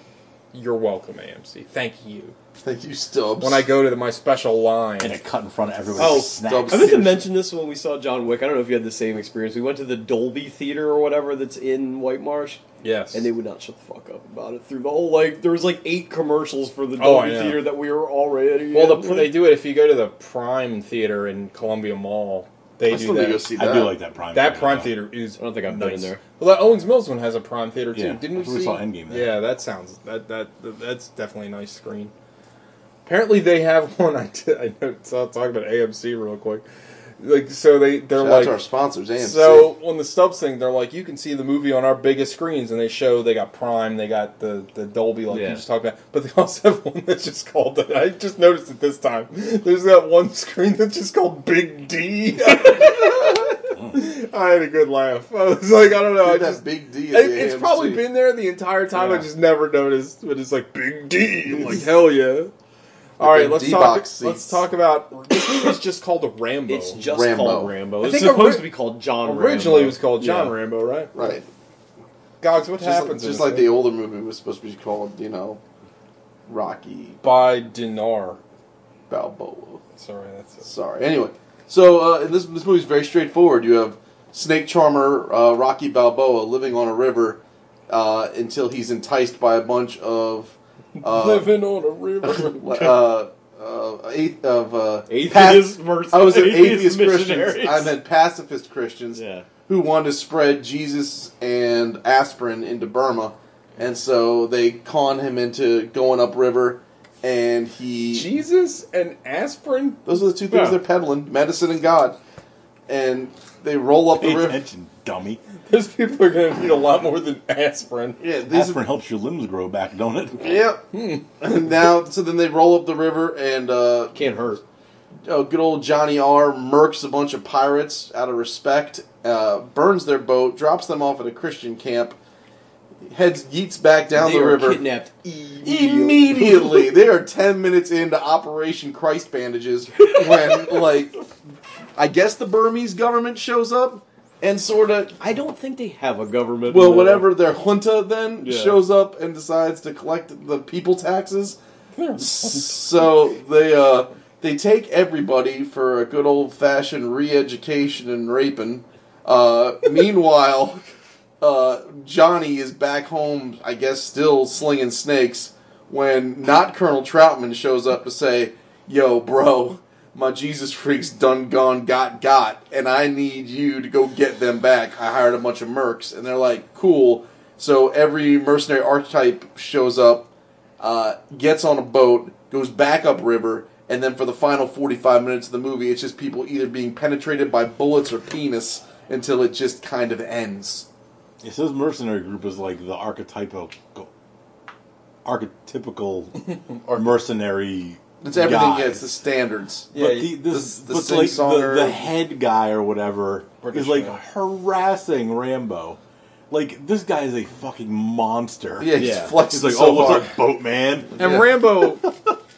S6: you're welcome, AMC. Thank you."
S7: Thank you, Stubbs.
S6: When I go to the, my special line,
S8: And it cut in front of everyone.
S9: Oh,
S8: snacks.
S9: I meant to
S7: Seriously.
S9: mention this when we saw John Wick. I don't know if you had the same experience. We went to the Dolby Theater or whatever that's in White Marsh,
S6: yes,
S9: and they would not shut the fuck up about it through the whole like. There was like eight commercials for the
S6: Oh, I
S9: Dolby
S6: know.
S9: Theater that we were already.
S6: Well,
S9: in.
S6: the, they do it if you go to the Prime Theater in Columbia Mall. They
S7: I
S6: do
S7: still need to go
S6: that.
S7: see
S8: I
S7: that.
S8: do like that Prime.
S6: That Prime
S8: though.
S6: Theater is.
S9: I don't think I've been
S6: nice.
S9: in there.
S6: Well, that Owens Mills one has a Prime Theater too.
S8: Yeah,
S6: Didn't we
S8: that's where we
S6: see?
S8: saw Endgame there.
S6: Yeah, that sounds that, that that that's definitely a nice screen. Apparently, they have one. I did, I know. So I'll talk about AMC real quick. Like so they they're
S7: Shout out
S6: like
S7: to our sponsors, AMC.
S6: so on the Stubbs thing, they're like, you can see the movie on our biggest screens, and they show they got Prime, they got the, the Dolby, like
S9: Yeah.
S6: you just talked about, but they also have one that's just called. I just noticed it this time. There's that one screen that's just called Big D. I had a good laugh. I was like, I don't know. I
S7: Dude, that
S6: uh, just,
S7: big D.
S6: it,
S7: at the
S6: it's
S7: AMC.
S6: probably been there the entire time. I
S9: Yeah.
S6: just never noticed. But it's like Big D. I'm like hell yeah. All
S7: With
S6: right,
S7: the
S6: let's talk.
S7: D-box
S6: Let's
S7: seats.
S6: talk about this movie's just called Rambo.
S9: It's just
S7: Rambo.
S9: called Rambo.
S6: I
S9: It's
S6: think
S9: supposed
S6: ori-
S9: to be called John
S6: Originally,
S9: Rambo.
S6: it was called John
S9: Yeah.
S6: Rambo, right?
S7: right.
S6: Gogs, what
S7: Just,
S6: happens?
S7: like, just
S6: in
S7: like
S6: this
S7: the older movie was supposed to be called, you know, Rocky
S6: by Dinar.
S7: Balboa.
S6: Sorry, that's
S7: Sorry. Anyway, so uh, and this this movie's very straightforward. You have Snake Charmer uh, Rocky Balboa living on a river uh, until he's enticed by a bunch of uh,
S6: living on a river.
S7: uh, uh, eighth of uh,
S9: Atheist
S7: pac-
S9: merc-
S7: I was an atheist,
S9: atheist
S7: Christians.
S9: missionaries.
S7: I meant pacifist Christians
S9: Yeah.
S7: who wanted to spread Jesus and aspirin into Burma, and so they con him into going upriver, and he
S6: Jesus and aspirin.
S7: those are the two things
S9: Yeah.
S7: they're peddling: medicine and God. And they roll up the
S8: Pay
S7: river.
S8: attention, dummy.
S6: Those people are going to need a lot more than aspirin.
S7: Yeah, these
S8: Aspirin helps your limbs grow back, don't it?
S7: Yep.
S9: Hmm.
S7: And now, so then they roll up the river, and uh,
S9: Can't hurt.
S7: oh, good old Johnny R. murks a bunch of pirates out of respect, uh, burns their boat, drops them off at a Christian camp, heads yeets back down
S9: they
S7: the
S9: were
S7: river. E.
S9: kidnapped immediately.
S7: Immediately, they are ten minutes into Operation Christ Bandages when, like, I guess the Burmese government shows up and sort of
S9: I don't think they have a government.
S7: Well,
S9: no.
S7: whatever their junta then
S9: Yeah.
S7: shows up and decides to collect the people taxes. So they uh, they take everybody for a good old fashioned re-education and raping. Uh, meanwhile, uh, Johnny is back home, I guess, still slinging snakes. When not Colonel Troutman shows up to say, "Yo, bro." My Jesus freaks done gone got got, and I need you to go get them back. I hired a bunch of mercs, and they're like, cool. So every mercenary archetype shows up, uh, gets on a boat, goes back upriver, and then for the final 45 minutes of the movie, it's just people either being penetrated by bullets or penis until it just kind of ends.
S8: It says mercenary group is like the archetypical, archetypical mercenary.
S7: It's everything,
S8: guy.
S7: yeah, it's the standards.
S6: Yeah,
S8: but the, this,
S7: the- the
S8: but like the,
S7: sing-songer-
S8: the head guy or whatever
S6: British
S8: is like
S6: guy.
S8: harassing Rambo. Like this guy is a fucking monster.
S7: Yeah, he's
S9: Yeah.
S7: flexing
S8: He's like,
S7: so
S8: oh, what's
S7: hard.
S8: up, boatman?
S6: And
S7: Yeah.
S6: Rambo,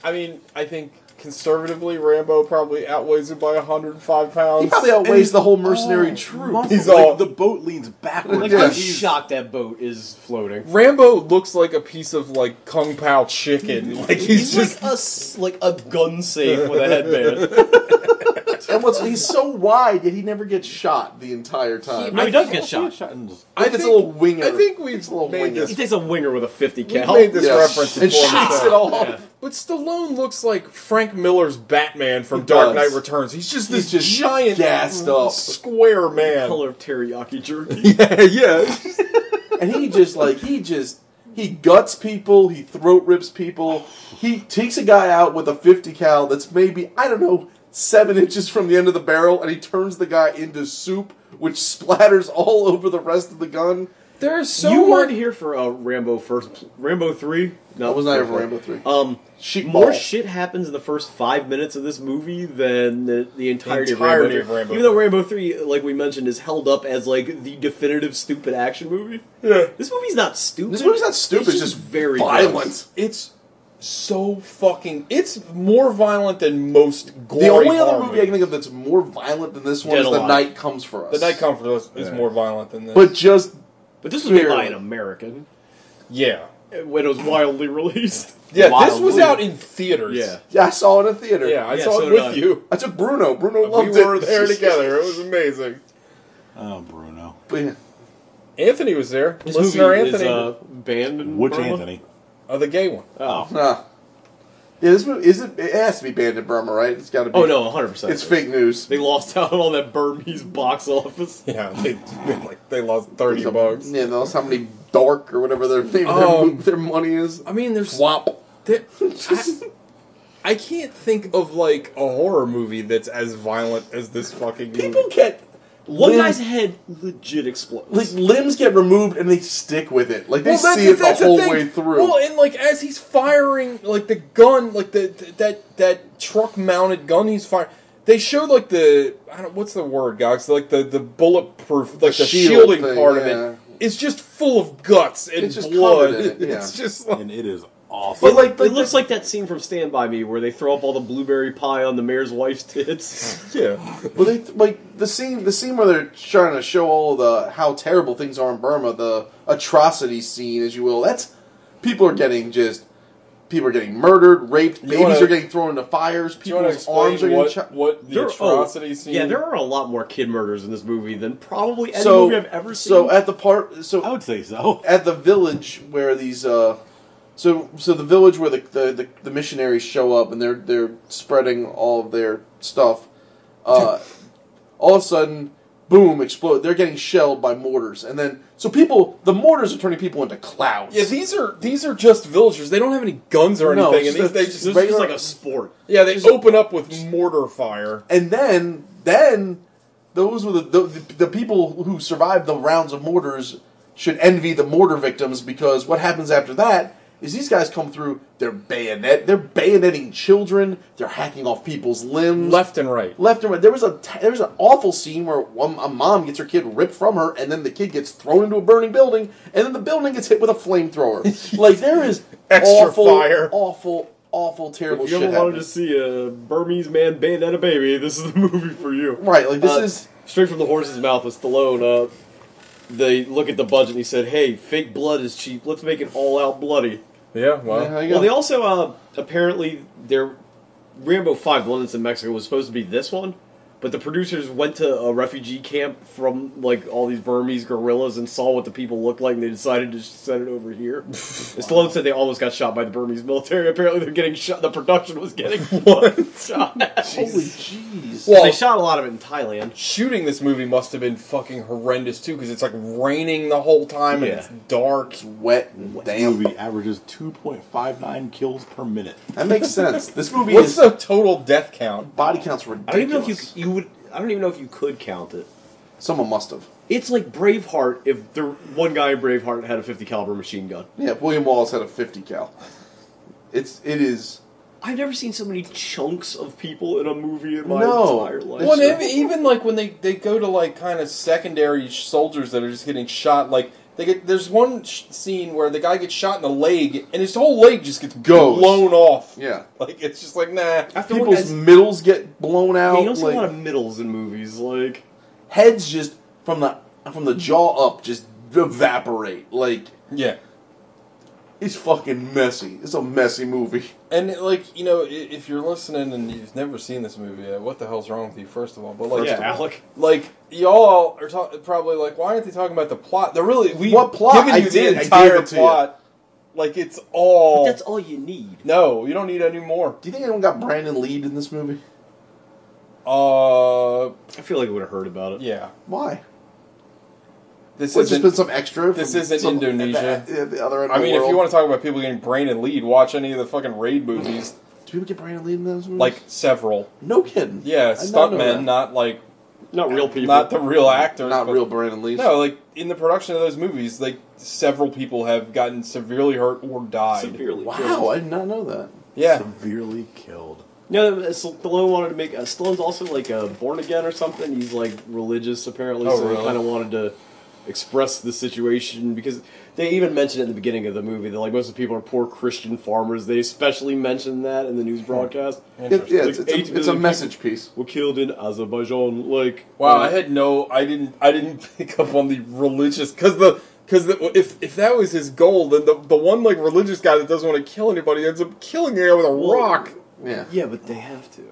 S6: I mean, I think conservatively, Rambo probably outweighs it by 105
S7: He
S6: pounds.
S7: probably outweighs the whole mercenary
S8: Oh,
S7: troop.
S8: muscle.
S6: He's
S8: like,
S6: all-
S8: the boat leans backwards.
S9: Like,
S7: Yeah.
S9: I'm
S8: He's-
S9: shocked that boat is floating.
S6: Rambo looks like a piece of like kung pao chicken. Like he's,
S9: He's,
S6: just
S9: like a s- like a gun safe with a headband.
S7: And what's he's so wide, yet he never gets shot the entire time.
S9: no, he does get shot.
S8: and just-
S7: I think it's a little winger.
S6: I think we've
S7: It's a little
S6: made
S7: winger.
S9: He
S6: this.
S9: takes a winger with a fifty
S6: We
S9: cal.
S6: made this
S7: Yeah.
S6: reference
S7: and
S6: before,
S7: shoots
S6: so-
S7: it all. off.
S6: But Stallone looks like Frank Miller's Batman from
S7: He
S6: Dark
S7: does.
S6: Knight Returns. He's just this
S7: He's just
S6: giant,
S7: gassed up.
S6: square man.
S9: Color of teriyaki jerky.
S6: Yeah, yeah.
S7: and he just like he just he guts people, he throat rips people. He takes a guy out with a fifty cal that's maybe I don't know seven inches from the end of the barrel, and he turns the guy into soup, which splatters all over the rest of the gun.
S6: There's so
S9: you weren't
S6: much-
S9: here for uh, Rambo first, Rambo three. No,
S7: That was not ever Rambo three.
S9: Um,
S7: Sheep
S9: more
S7: ball.
S9: shit happens in the first five minutes of this movie than the, the entirety,
S6: Entirety
S9: of,
S6: of
S9: Rambo.
S6: Rambo.
S9: Even though Rambo three, like we mentioned, is held up as like the definitive stupid action movie.
S6: Yeah.
S9: This movie's not stupid.
S7: This movie's not stupid. It's just, very violent.
S9: gross.
S6: It's so fucking. It's more violent than most gory.
S7: The only other
S6: horror
S7: movie I can
S6: movies.
S7: think of that's more violent than this one
S9: Dead
S7: is The
S9: Alive.
S7: Night Comes for Us.
S6: The Night Comes for Us is
S8: Yeah.
S6: more violent than this.
S7: but just
S9: But this was made by
S7: Clearly.
S9: an American uh,
S6: yeah,
S9: when it was wildly released.
S6: yeah. This
S8: Wild
S6: was
S8: Blue.
S6: out in theaters.
S9: Yeah.
S7: yeah, I saw it in a theater.
S6: yeah. I
S9: Yeah,
S6: saw
S9: so
S6: it
S9: did
S6: with
S9: I.
S6: you.
S7: I took Bruno. Bruno
S6: We
S7: loved it.
S6: were there together. It was amazing.
S8: Oh, Bruno.
S7: But yeah.
S6: Anthony was there.
S9: This
S6: Listener
S9: movie
S6: Anthony,
S9: is uh, banned. In
S8: Which
S9: Burma.
S8: Anthony?
S6: oh, the gay one.
S9: Oh,
S7: Nah. Yeah, this movie is it. It has to be banned in Burma, right? It's got to be.
S9: oh no, hundred percent.
S7: it's fake news.
S9: They lost out on all that Burmese box office.
S6: Yeah, they like they lost thirty bucks.
S7: Yeah, knows how many dark or whatever their name,
S6: Um,
S7: their, their money is.
S6: I mean, there's
S7: Wop.
S6: there- I, I can't think of like a horror movie that's as violent as this fucking
S7: People
S6: movie.
S7: get
S9: One
S7: Lim-
S9: guy's head legit explodes.
S7: like limbs get removed and they stick with it. Like they
S6: that-
S7: see it the
S6: that's
S7: whole
S6: thing.
S7: way through.
S6: Well, and like as he's firing, like the gun, like the, th- that that truck mounted gun he's firing. They show like the I don't what's the word, guys? Like the the bulletproof, like the,
S7: shield
S6: shielding
S7: thing,
S6: part
S7: yeah.
S6: of it is just full of guts and
S7: It's just
S6: blood.
S7: covered in it, yeah.
S6: It's just like,
S8: and it is awesome.
S7: but like,
S9: it looks like that scene from Stand By Me where they throw up all the blueberry pie on the mayor's wife's tits.
S6: yeah.
S7: Well, they, like the scene, the scene where they're trying to show all the how terrible things are in Burma, the atrocity scene, as you will. That's people are getting just people are getting murdered, raped, babies
S6: wanna-
S7: are getting thrown into fires,
S6: Do you want to
S7: people's
S6: explain
S7: arms are getting
S6: what,
S7: chopped.
S6: what the
S9: There are-
S6: atrocity
S9: oh,
S6: scene?
S9: Yeah, there are a lot more kid murders in this movie than probably any
S7: So,
S9: movie I've ever seen.
S7: so at the part,
S8: I
S7: so
S8: would say so.
S7: at the village where these, uh, so so the village where the the, the, the missionaries show up and they're they're spreading all of their stuff. Uh, all of a sudden, boom, explode. They're getting shelled by mortars, and then so people, the mortars are turning people into clouds.
S6: Yeah, these are these are just villagers. They don't have any guns or
S7: No,
S6: anything,
S7: it's
S6: and these,
S7: just a-
S6: they
S9: this
S6: just
S9: is
S7: regular-
S9: like a sport.
S6: yeah they open up with mortar fire.
S7: and then then those were the, the the people who survived the rounds of mortars should envy the mortar victims because what happens after that is these guys come through they're bayonet they're bayoneting children they're hacking off people's limbs
S6: Left and right.
S7: left and right there was a t- there was an awful scene where one, a mom gets her kid ripped from her and then the kid gets thrown into a burning building and then the building gets hit with a flamethrower like there is
S6: Extra
S7: awful,
S6: fire.
S7: awful awful terrible
S9: If you ever
S7: shit
S9: wanted
S7: happening.
S9: to see a Burmese man bayonet a baby, this is the movie for you.
S7: right like this
S9: Uh,
S7: is
S9: straight from the horse's mouth with Stallone. Uh, they look at the budget and he said, "Hey, fake blood is cheap. Let's make it all out bloody."
S6: Yeah, well,
S7: Yeah, I
S9: Well,
S7: got-
S9: they also uh, apparently their Rambo Five: London's in Mexico was supposed to be this one, but the producers went to a refugee camp from like all these Burmese guerrillas and saw what the people looked like, and they decided to just send it over here. And Stallone said they almost got shot by the Burmese military. Apparently, they're getting shot. The production was getting shot.
S7: Holy jeez.
S6: well,
S9: they shot a lot of it in Thailand.
S6: shooting this movie must have been fucking horrendous too, because it's like raining the whole time
S9: Yeah.
S6: and it's dark.
S7: wet and damp.
S8: movie averages 2.59 kills per minute.
S7: That makes sense. This movie
S6: What's
S7: is
S6: the total death count?
S7: body counts
S9: I
S7: ridiculous.
S9: don't even know if you you would. I don't even know if you could count it.
S7: Someone must have.
S9: It's like Braveheart. If the one guy in Braveheart had a fifty caliber machine gun,
S7: Yeah, William Wallace had a fifty cal. It's it is
S9: I've never seen so many chunks of people in a movie in my
S7: No.
S9: entire life.
S6: Well,
S7: Sure.
S6: and even, even like when they, they go to like kind of secondary sh- soldiers that are just getting shot, like they get there's one sh- scene where the guy gets shot in the leg and his whole leg just gets
S7: Goes.
S6: blown off.
S7: yeah.
S6: Like it's just like nah.
S9: After one
S7: People's
S9: guy's-
S7: middles get blown
S9: Yeah,
S7: out.
S9: you don't see
S7: like,
S9: a lot of middles in movies. Like
S7: heads just from the from the jaw up just evaporate. Like
S6: Yeah.
S7: it's fucking messy. It's a messy movie.
S6: And like you know, i- if you're listening and you've never seen this movie, uh, what the hell's wrong with you? First of all, but like,
S9: yeah, Alec.
S6: like y'all are ta- probably like, why aren't they talking about the plot? They're really we
S7: What plot?
S6: Given
S7: I
S6: you
S7: did. I gave
S6: the entire
S7: it to you.
S6: plot, like it's all.
S9: That's all you need.
S6: no, you don't need any more.
S7: Do you think anyone got Brandon Lead in this movie?
S6: Uh,
S9: I feel like I would have heard about it.
S6: yeah.
S7: Why?
S6: This
S7: It's just been
S6: is.
S7: some extra.
S6: this
S7: from
S6: isn't
S7: some-
S6: Indonesia.
S7: The, the other end
S6: I
S7: of the
S6: mean, if you
S7: world.
S6: want to talk about people getting brain and lead, watch any of the fucking raid movies,
S7: do people get Brandon Lead in those movies?
S6: like several.
S7: no kidding.
S6: Yeah,
S7: I did not know
S6: stuntmen,
S7: that.
S6: not like
S9: Not real people.
S6: not the real actors,
S7: not
S6: but-
S7: real Brandon Lee.
S6: No, like in the production of those movies, like several people have gotten severely hurt or died.
S9: severely.
S7: Wow, I did not know that.
S6: Yeah,
S8: Severely killed.
S9: No, Stallone wanted to make. Uh, Stallone's also like uh, born again or something. He's like religious apparently,
S6: Oh,
S9: so
S6: really?
S9: he kind of wanted to express the situation because they even mentioned it in the beginning of the movie that like most of the people are poor Christian farmers. They especially mentioned that in the news broadcast.
S7: It- yeah, it's,
S9: Like
S7: it's,
S9: eight
S7: a, it's a
S9: million
S7: message piece.
S9: Were killed in Azerbaijan. Like
S6: wow. I
S9: um,
S6: had no, I didn't, I didn't pick up on the religious because the because the, if if that was his goal, then the the one like religious guy that doesn't want to kill anybody ends up killing a guy with a rock.
S7: Yeah.
S9: Yeah, but they have to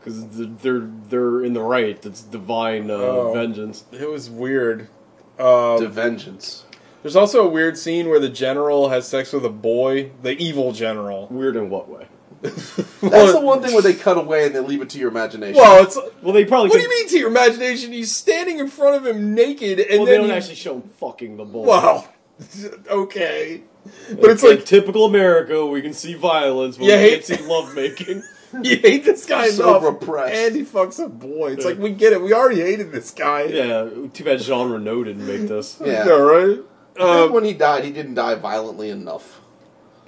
S9: because they're they're in the right. That's divine uh,
S6: Oh.
S9: vengeance.
S6: It was weird.
S9: Um,
S7: to vengeance.
S6: There's also a weird scene where the general has sex with a boy, the evil general.
S9: Weird in what way?
S7: That's the one thing where they cut away and they leave it to your imagination.
S6: Well, it's
S9: Well, they probably.
S6: what do
S9: could-
S6: you mean to your imagination? He's standing in front of him naked, and then
S9: Well, they don't
S6: he-
S9: actually show him fucking the bull.
S6: Well, okay. But it's
S9: Okay,
S6: like,
S9: typical America. We can see violence, but
S6: You
S9: we
S6: hate-
S9: can't see lovemaking.
S6: You hate this guy
S7: So
S6: enough,
S7: repressed.
S6: and he fucks a boy. It's like we get it. We already hated this guy.
S9: Yeah, too bad Jean Renault didn't make this.
S7: Yeah.
S6: right.
S7: I
S9: uh,
S7: think
S6: Um,
S7: when he died, he didn't die violently enough.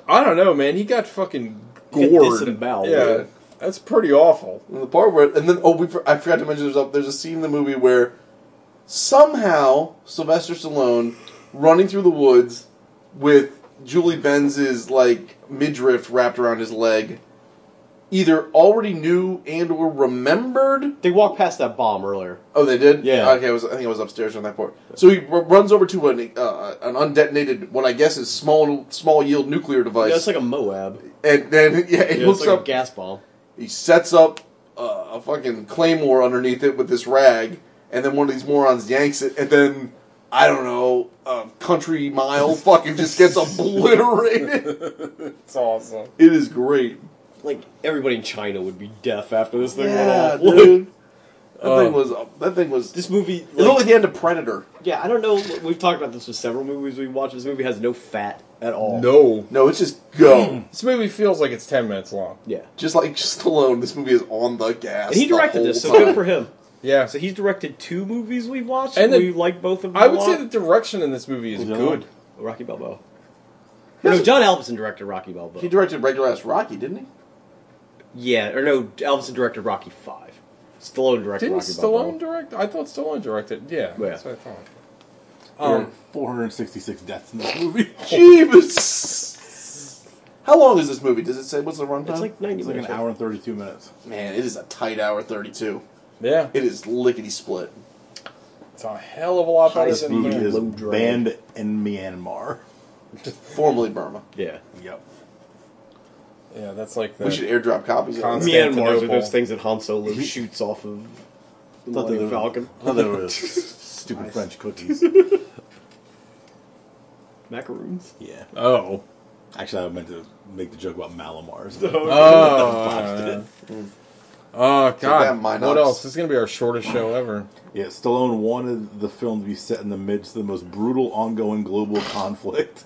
S6: I don't know, man. He got fucking
S9: He got
S6: gored.
S9: disemboweled.
S6: yeah, that's pretty awful.
S7: And the part where, and then oh, we, for- I forgot to mention there's a, there's a scene in the movie where somehow Sylvester Stallone running through the woods with Julie Benz's like midriff wrapped around his leg, either already knew and or remembered.
S9: They walked past that bomb earlier.
S7: Oh, they did.
S9: Yeah.
S7: Okay, I was. I think I was upstairs on that part. So he r- runs over to an uh, an undetonated, what I guess is small small yield nuclear device,
S9: Yeah, it's like a Moab.
S7: and then yeah, he
S9: Yeah,
S7: looks
S9: it's like
S7: up
S9: a gas bomb.
S7: he sets up uh, a fucking claymore underneath it with this rag, and then one of these morons yanks it, and then I don't know, uh, country mile fucking just gets obliterated.
S6: It's awesome.
S7: It is great.
S9: Like everybody in China would be deaf after this thing.
S7: Yeah,
S9: went off.
S7: dude. That thing was that thing was.
S9: This movie,
S7: it looked
S9: like,
S7: like the end of Predator.
S9: yeah, I don't know. We've talked about this with several movies we watched. This movie has no fat at all.
S6: No,
S7: No, it's just go.
S6: this movie feels like it's ten minutes long.
S9: Yeah,
S7: just like Stallone, this movie is on the gas.
S9: and he
S7: the
S9: directed
S7: whole
S9: this, so
S7: time.
S9: good for him.
S6: Yeah,
S9: So he's directed two movies we've watched,
S6: And
S9: and,
S6: the-
S9: we like both of them.
S6: I
S9: a
S6: would
S9: lot.
S6: say the direction in this movie is
S8: Yeah.
S6: good.
S9: Rocky Balboa. Or no, John Alvinson directed Rocky Balboa.
S7: He directed regular ass Rocky, didn't he?
S9: yeah, or no, Alvinson directed Rocky Five. Stallone directed
S6: Didn't
S9: Rocky
S6: Stallone
S9: Balboa.
S6: direct? I thought Stallone directed. Yeah, that's what I thought.
S8: There are
S6: Um,
S8: 466 deaths in this movie.
S7: Jeebus. How long is this movie? Does it say what's the runtime?
S9: It's like ninety
S8: It's like an
S9: minutes.
S8: hour and 32 minutes.
S7: Man, it is a tight hour thirty-two.
S6: yeah,
S7: It is lickety split.
S6: it's a hell of a lot better
S8: This
S6: than
S8: movie is
S9: low drag.
S8: banned in Myanmar.
S7: Formerly Burma.
S9: Yeah,
S8: Yep.
S6: Yeah, that's like
S7: We
S6: the.
S7: should airdrop copies. of that.
S6: Constant-
S9: Myanmar's are
S6: Constantinople.
S9: those things that Han Solo shoots off of. The
S8: Thought they
S9: Millennium
S8: were-
S9: Falcon.
S8: I thought they were stupid French cookies.
S9: Macaroons.
S8: Yeah.
S6: oh,
S8: Actually, I meant to make the joke about Malamars.
S6: oh, oh,
S7: that
S6: god!
S7: mine
S6: What
S7: ups.
S6: else? This is gonna be our shortest show ever.
S8: Yeah, Stallone wanted the film to be set in the midst of the most brutal ongoing global conflict.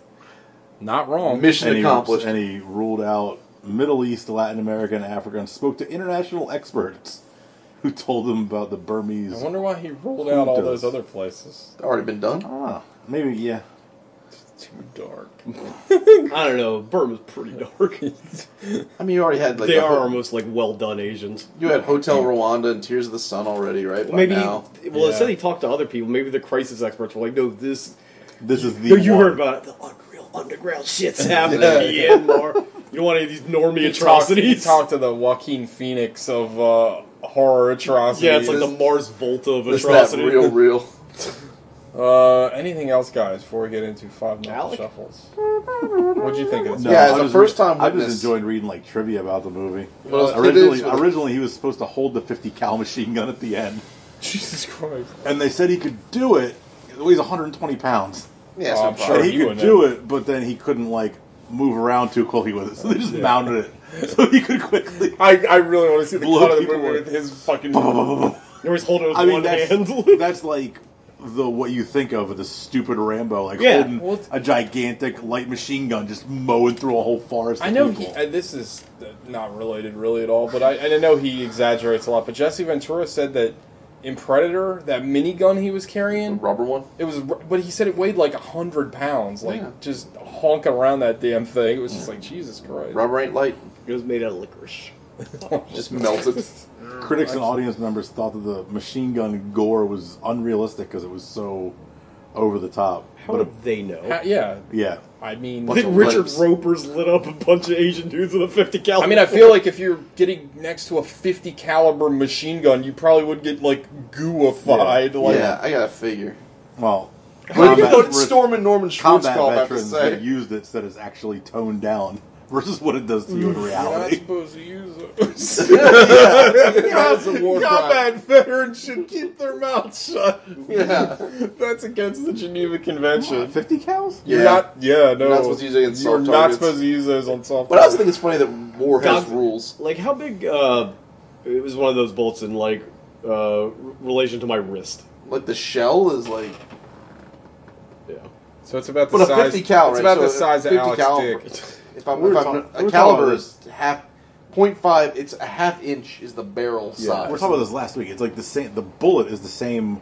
S6: Not wrong.
S7: Mission
S8: And he,
S7: accomplished.
S8: and he ruled out Middle East, Latin America, and Africa, and spoke to international experts who told him about the Burmese.
S6: I wonder why he rolled out all those other places.
S7: Already been done.
S8: Ah, maybe yeah.
S6: Too dark.
S9: I don't know. Burma's pretty dark.
S7: I mean, you already had like
S9: they
S7: a-
S9: are almost like well done Asians.
S7: You had Hotel Rwanda and Tears of the Sun already, right? By
S9: Maybe.
S7: now.
S9: Well, it
S6: Yeah.
S9: said he talked to other people. Maybe the crisis experts were like, "No, this
S8: This is the.
S9: No, you
S8: one.
S9: heard about it. The unreal underground shit's happening in Myanmar. You don't want any of these normie atrocities.
S6: Talk, talk to the Joaquin Phoenix of uh, horror atrocities.
S9: yeah, it's like the Mars Volta of
S7: It's that
S9: atrocity.
S7: real, real.
S6: Uh, anything else, guys? Before we get into five knuckle
S9: Alec?
S6: shuffles, what'd you think of this?
S8: No,
S7: Yeah,
S8: I
S7: as a
S8: just-
S7: first-time
S8: I just
S7: witness-
S8: enjoyed reading like trivia about the movie.
S7: Well, it is
S8: originally,
S7: with-
S8: originally he was supposed to hold the 50 cal machine gun at the end,
S6: Jesus Christ!
S8: and they said he could do it. It weighs 120 pounds.
S7: Yeah, it's
S6: Oh,
S7: no
S6: I'm
S7: problem.
S6: sure.
S8: and he,
S6: he
S8: could
S6: wouldn't
S8: do it, but then he couldn't like move around too quickly with it, so they just mounted it so he could quickly.
S6: I, I really want to see the
S8: Blow
S6: cut of the
S8: people
S6: movie
S8: away.
S6: with his fucking.
S9: Or he's holding it with
S8: I mean,
S9: one
S8: that's,
S9: hand.
S8: that's like the what you think of with the stupid Rambo, like
S9: Yeah,
S8: holding
S6: well, it's-
S8: a gigantic light machine gun, just mowing through a whole forest.
S6: I
S8: of
S6: know he,
S8: people.
S6: uh, this is uh, not related really at all, but I, and I know he exaggerates a lot. But Jesse Ventura said that in Predator, that minigun he was carrying,
S7: Um, Rubber one.
S6: It was, but he said it weighed like a hundred pounds. Like
S7: Yeah.
S6: just honking around that damn thing. It was just like Jesus Christ.
S7: Rubber ain't light.
S9: it was made out of licorice.
S7: Just melted.
S8: Critics and audience members thought that the machine gun gore was unrealistic because it was so over the top.
S9: How
S8: but
S9: would they know?
S6: Ha- Uh, yeah,
S8: yeah,
S6: I mean,
S9: I think
S7: of
S9: Richard
S7: lips.
S9: Roper's lit up a bunch of Asian dudes with a 50 cal.
S6: I mean, I feel like if you're getting next to a fifty caliber machine gun, you probably would get like gooified. Like,
S7: yeah, I got to figure.
S8: well,
S7: What do you
S8: combat-
S7: know? Storm and Norman Schwartz
S8: combat
S7: call to
S8: veterans
S7: say.
S8: that used it said it's actually toned down versus what it does to you in
S6: You're not
S8: reality.
S6: supposed to use it.
S7: That's a war crime.
S6: Combat veterans should keep their mouths shut.
S7: Yeah.
S6: That's against the Geneva Convention.
S8: Fifty cows?
S6: You're
S7: Yeah.
S6: not. Yeah, no. You're
S7: not supposed to use it against
S6: You're
S7: soft
S6: not
S7: targets.
S6: supposed to use those on soft.
S7: But I also
S6: targets.
S7: think it's funny that war has
S9: God-
S7: rules.
S9: Like, how big, uh, it was one of those bolts in, like, uh, r- relation to my wrist.
S7: Like the shell is like,
S9: Yeah.
S6: So it's about the
S7: but a
S6: size.
S7: fifty cal,
S6: It's
S7: right?
S6: about
S7: So
S6: the
S7: a
S6: size of
S7: 50
S6: Alex
S7: caliber.
S6: Dick.
S7: If I'm,
S8: We were
S7: if I'm
S8: talking- we
S7: a
S8: were talking
S7: caliber
S8: about
S7: is half 0.5, it's a half inch is the barrel size.
S8: We're talking about this last week. It's like the same. The bullet is the same.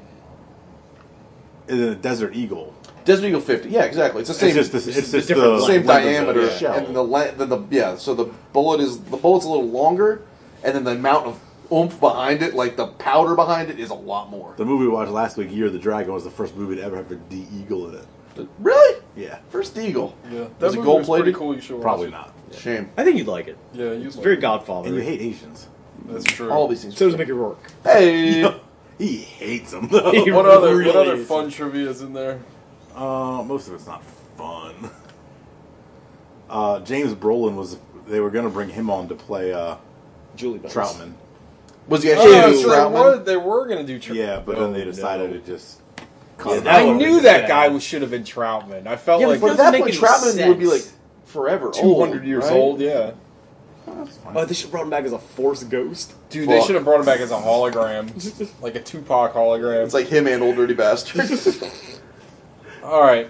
S8: In a Desert Eagle,
S7: Desert Eagle 50. Yeah, exactly. It's the same.
S8: it's just this, it's just
S9: different
S8: the
S9: length.
S7: same
S8: length of the
S7: diameter,
S8: shell.
S7: and then the, le- then the yeah. So the bullet is the bullet's a little longer, and then the amount of oomph behind it, like the powder behind it, is a lot more.
S8: The movie we watched last week, Year of the Dragon, was the first movie to ever have a D eagle in it.
S7: Really?
S8: Yeah.
S7: First eagle.
S6: Yeah,
S7: Is
S6: that
S7: it
S6: movie
S7: gold
S6: was pretty
S7: plated?
S6: cool. You should watch
S8: Probably
S6: it.
S8: not.
S7: Shame.
S9: I think you'd like it.
S6: Yeah, you
S9: It's very
S8: And you
S9: Godfather.
S8: hate Asians.
S6: That's true.
S7: All these things.
S9: So does Mickey Rourke.
S7: hey,
S8: He hates them.
S9: He
S6: what other what
S9: really
S6: other
S9: is.
S6: fun trivia is in there?
S8: uh, most of it's not fun. Uh, James Brolin was. They were going to bring him on to play uh,
S9: Julie Benz.
S8: Troutman.
S7: was he
S6: Oh,
S7: actually a
S6: so they
S7: Troutman?
S6: were they were gonna do Troutman.
S8: Yeah, but then they decided to just. cut him
S9: that
S8: out.
S6: I
S9: would've
S6: knew
S9: been
S6: that
S9: bad.
S6: guy was, should have been Troutman. I felt
S9: Yeah,
S6: like
S7: But
S9: but
S7: at that
S9: Doesn't make
S7: point,
S9: any
S7: Troutman would be like
S9: sense.
S7: forever,
S6: two hundred years
S7: right?
S6: old. Yeah,
S9: Oh, they should have brought him back as a Force ghost.
S6: dude, they
S7: Fuck.
S6: should have brought him back as a hologram, like a Tupac hologram.
S7: It's like him and old dirty bastard.
S6: All right,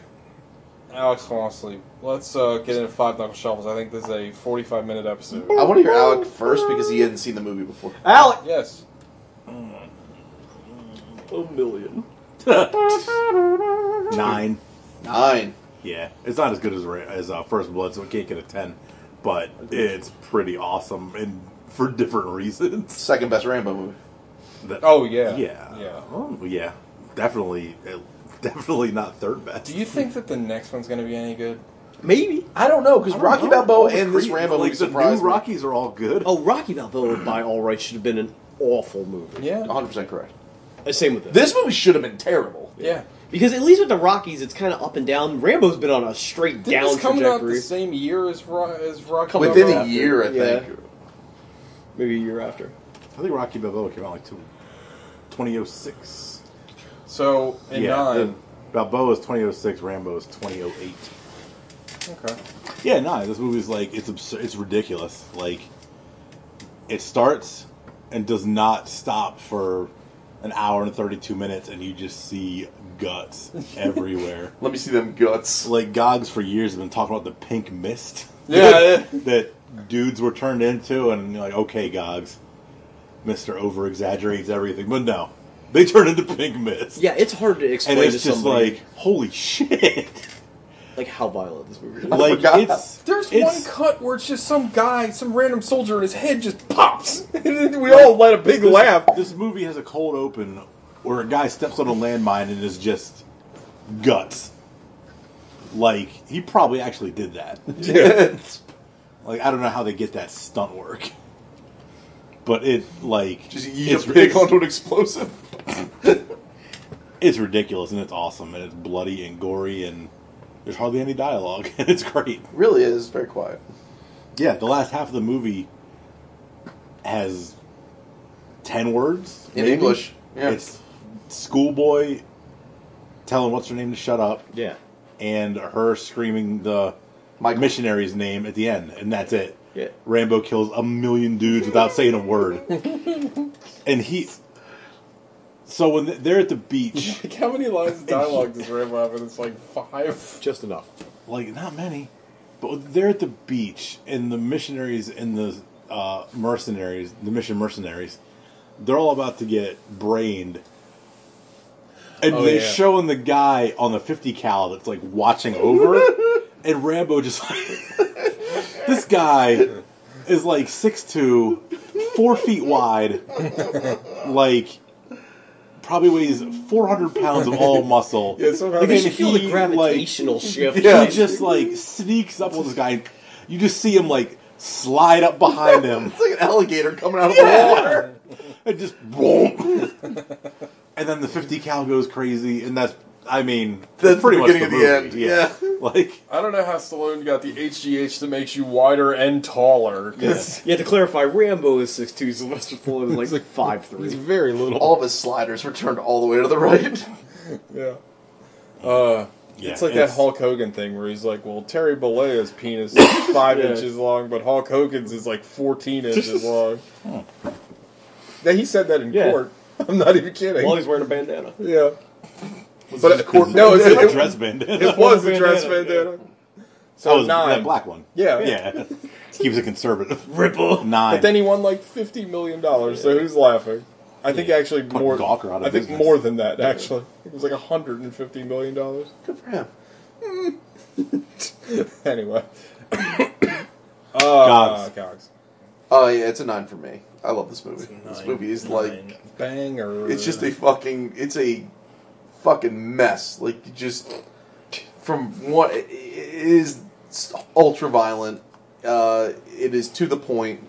S6: Alex falling asleep. Let's uh, get into five knuckle shovels. I think this is a forty-five minute episode.
S7: I want to hear Alec first because he hadn't seen the movie before.
S9: Alec!
S6: Yes.
S9: A million.
S8: Nine.
S7: Nine.
S8: Yeah, it's not as good as Ra- as uh, First Blood, so it can't get a ten. But it's pretty awesome, and for different reasons.
S7: Second best Rambo movie.
S8: That-
S6: Oh yeah.
S8: yeah,
S6: Yeah.
S8: Oh, yeah, definitely, uh, definitely not third best.
S6: Do you think that the next one's gonna be any good?
S9: Maybe.
S7: I don't know because Rocky
S8: know.
S7: Balboa
S8: All the
S7: and this
S8: cre-
S7: Rambo
S8: like
S7: movie
S8: the
S7: surprised
S8: new Rockies are all good.
S9: Oh, Rocky Balboa, by all rights, should have been an awful movie.
S6: Yeah.
S7: me. One hundred percent correct.
S9: Uh, Same with this.
S7: This movie should have been terrible.
S6: Yeah.
S9: Because at least with the Rockies, it's kind of up and down. Rambo's been on a straight
S6: Didn't
S9: down
S6: this come out
S9: trajectory.
S6: the same year as Ro- as Rocky?
S9: Couple
S7: Within
S6: Balboa?
S7: a year, I
S9: Yeah.
S7: think.
S9: Maybe a year after.
S8: I think Rocky Balboa came out like two, 2006.
S6: So in
S8: yeah,
S6: nine.
S8: the- oh Balboa is 2006, Rambo is 2008.
S6: Okay.
S8: Yeah, nine. This movie's like it's absurd, it's ridiculous. Like it starts and does not stop for an hour and 32 minutes, and you just see guts everywhere.
S7: Let me see them guts.
S8: like Gogs for years have been talking about the pink mist.
S6: Yeah.
S8: that dudes were turned into, and you're like, okay, Gogs, Mister over exaggerates everything, but no, they turn into pink mist,
S9: Yeah, it's hard to
S8: and
S9: explain
S8: it's
S9: to
S8: just
S9: somebody
S8: like, holy shit,
S9: like how violent this movie is.
S8: like
S7: forgot.
S8: it's
S6: There's
S8: it's,
S6: one cut where it's just some guy, some random soldier, and his head just pops. and then we all let a big
S8: this,
S6: laugh.
S8: This movie has a cold open where a guy steps on a landmine and is just guts. Like he probably actually did that. Like I don't know how they get that stunt work, but it like
S7: Just eat a pig onto an explosive.
S8: it's ridiculous and it's awesome and it's bloody and gory and there's hardly any dialogue and it's great.
S7: Really is very quiet.
S8: Yeah, the last half of the movie has ten words
S7: In
S8: maybe.
S7: English, yeah.
S8: It's schoolboy telling what's her name to shut up
S9: yeah.
S8: and her screaming the
S7: Michael.
S8: missionary's name at the end, and that's it.
S9: Yeah.
S8: Rambo kills a million dudes without saying a word, and he. So when they're at the beach,
S6: Like, how many lines of dialogue does Rambo have? And it's like five.
S9: Just enough.
S8: like not many, but they're at the beach, and the missionaries and the uh, mercenaries, the mission mercenaries, they're all about to get brained. And
S6: Oh,
S8: they're
S6: yeah.
S8: showing the guy on the fifty cal that's like watching over, and Rambo just like this guy is like 6'2", four feet wide, like probably weighs four hundred pounds of all muscle.
S6: Yeah, somehow
S8: Like,
S6: they
S9: You
S8: and
S9: should feel the
S8: he,
S9: gravitational shift.
S8: yeah. He just like sneaks up on this guy. And you just see him like slide up behind him
S7: It's like an alligator coming out of the water.
S8: Yeah. and just boom. and then the fifty cal goes crazy, and that's I mean
S7: That's
S8: pretty
S7: the
S8: much the,
S7: beginning
S8: movie.
S7: of the end, yeah.
S8: like
S6: I don't know how Stallone got the HGH that makes you wider and taller. 'cause
S9: Yeah, to clarify, Rambo is 6'2", Sylvester Stallone is like, five
S6: He's
S9: 5'3".
S6: very little.
S7: All of his sliders were turned all the way to the right.
S6: Yeah.
S8: yeah,
S6: It's like that Hulk Hogan thing where he's like, "Well, Terry Bollea's penis is five
S9: Yeah.
S6: inches long, but Hulk Hogan's is like fourteen inches long." That he said that in
S9: Yeah.
S6: court. I'm not even kidding.
S9: While he's wearing a bandana.
S6: yeah, but court, no,
S8: it's
S6: it's,
S8: a
S6: it,
S8: dress band.
S6: it was a dress
S9: Bandana,
S6: bandana.
S8: that
S6: So
S8: was
S6: Oh, nine.
S8: that black one.
S6: Yeah,
S8: Yeah, keeps it conservative.
S9: Ripple.
S8: Nine.
S6: But then he won like fifty million dollars, so who's laughing? I think actually
S8: Put
S6: more.
S8: Gawker out of
S6: I think
S8: business.
S6: more than that. Actually, it was like hundred and fifty million dollars.
S7: Good for him.
S6: Anyway, uh,
S8: Gogs.
S6: Cogs.
S7: Oh yeah, it's a nine for me. I love this movie. This
S6: nine.
S7: movie is
S6: Nine.
S7: like
S6: banger.
S7: it's just a fucking it's a fucking mess. Like you just from what it is ultra violent. Uh, it is to the point.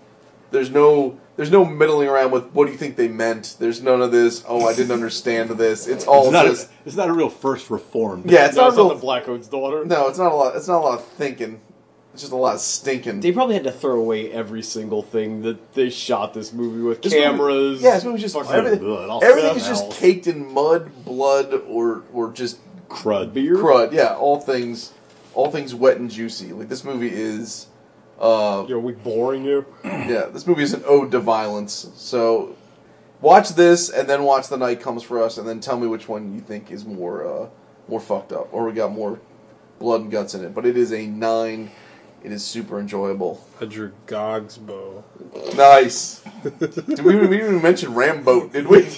S7: There's no there's no middling around with what do you think they meant. There's none of this. Oh, I didn't understand this. It's
S6: Oh,
S7: all
S8: It's not, a,
S7: just
S8: it's not a real first reformed.
S7: yeah. It's
S9: No,
S7: not
S9: it's not the
S7: real,
S9: Blackwood's daughter.
S7: no. It's not a lot. It's not a lot of thinking. It's just a lot of stinking.
S9: They probably had to throw away every single thing that they shot this movie with
S7: This movie-
S9: cameras.
S7: yeah, this movie's just
S9: fucking
S7: everything.
S8: Ugh, it all
S7: Everything is
S8: smells.
S7: just caked in mud, blood, or or just
S8: crud.
S9: beer.
S7: crud. Yeah, all things, all things wet and juicy. Like this movie is, uh,
S9: Yo, we boring you.
S7: yeah, this movie is an ode to violence. So, watch this and then watch The Night Comes for Us, and then tell me which one you think is more, uh, more fucked up, or we got more blood and guts in it. But it is a nine. It is super enjoyable.
S6: Andrew Gogs bow.
S7: Nice. Did we, we didn't even mention Rambo? Did we?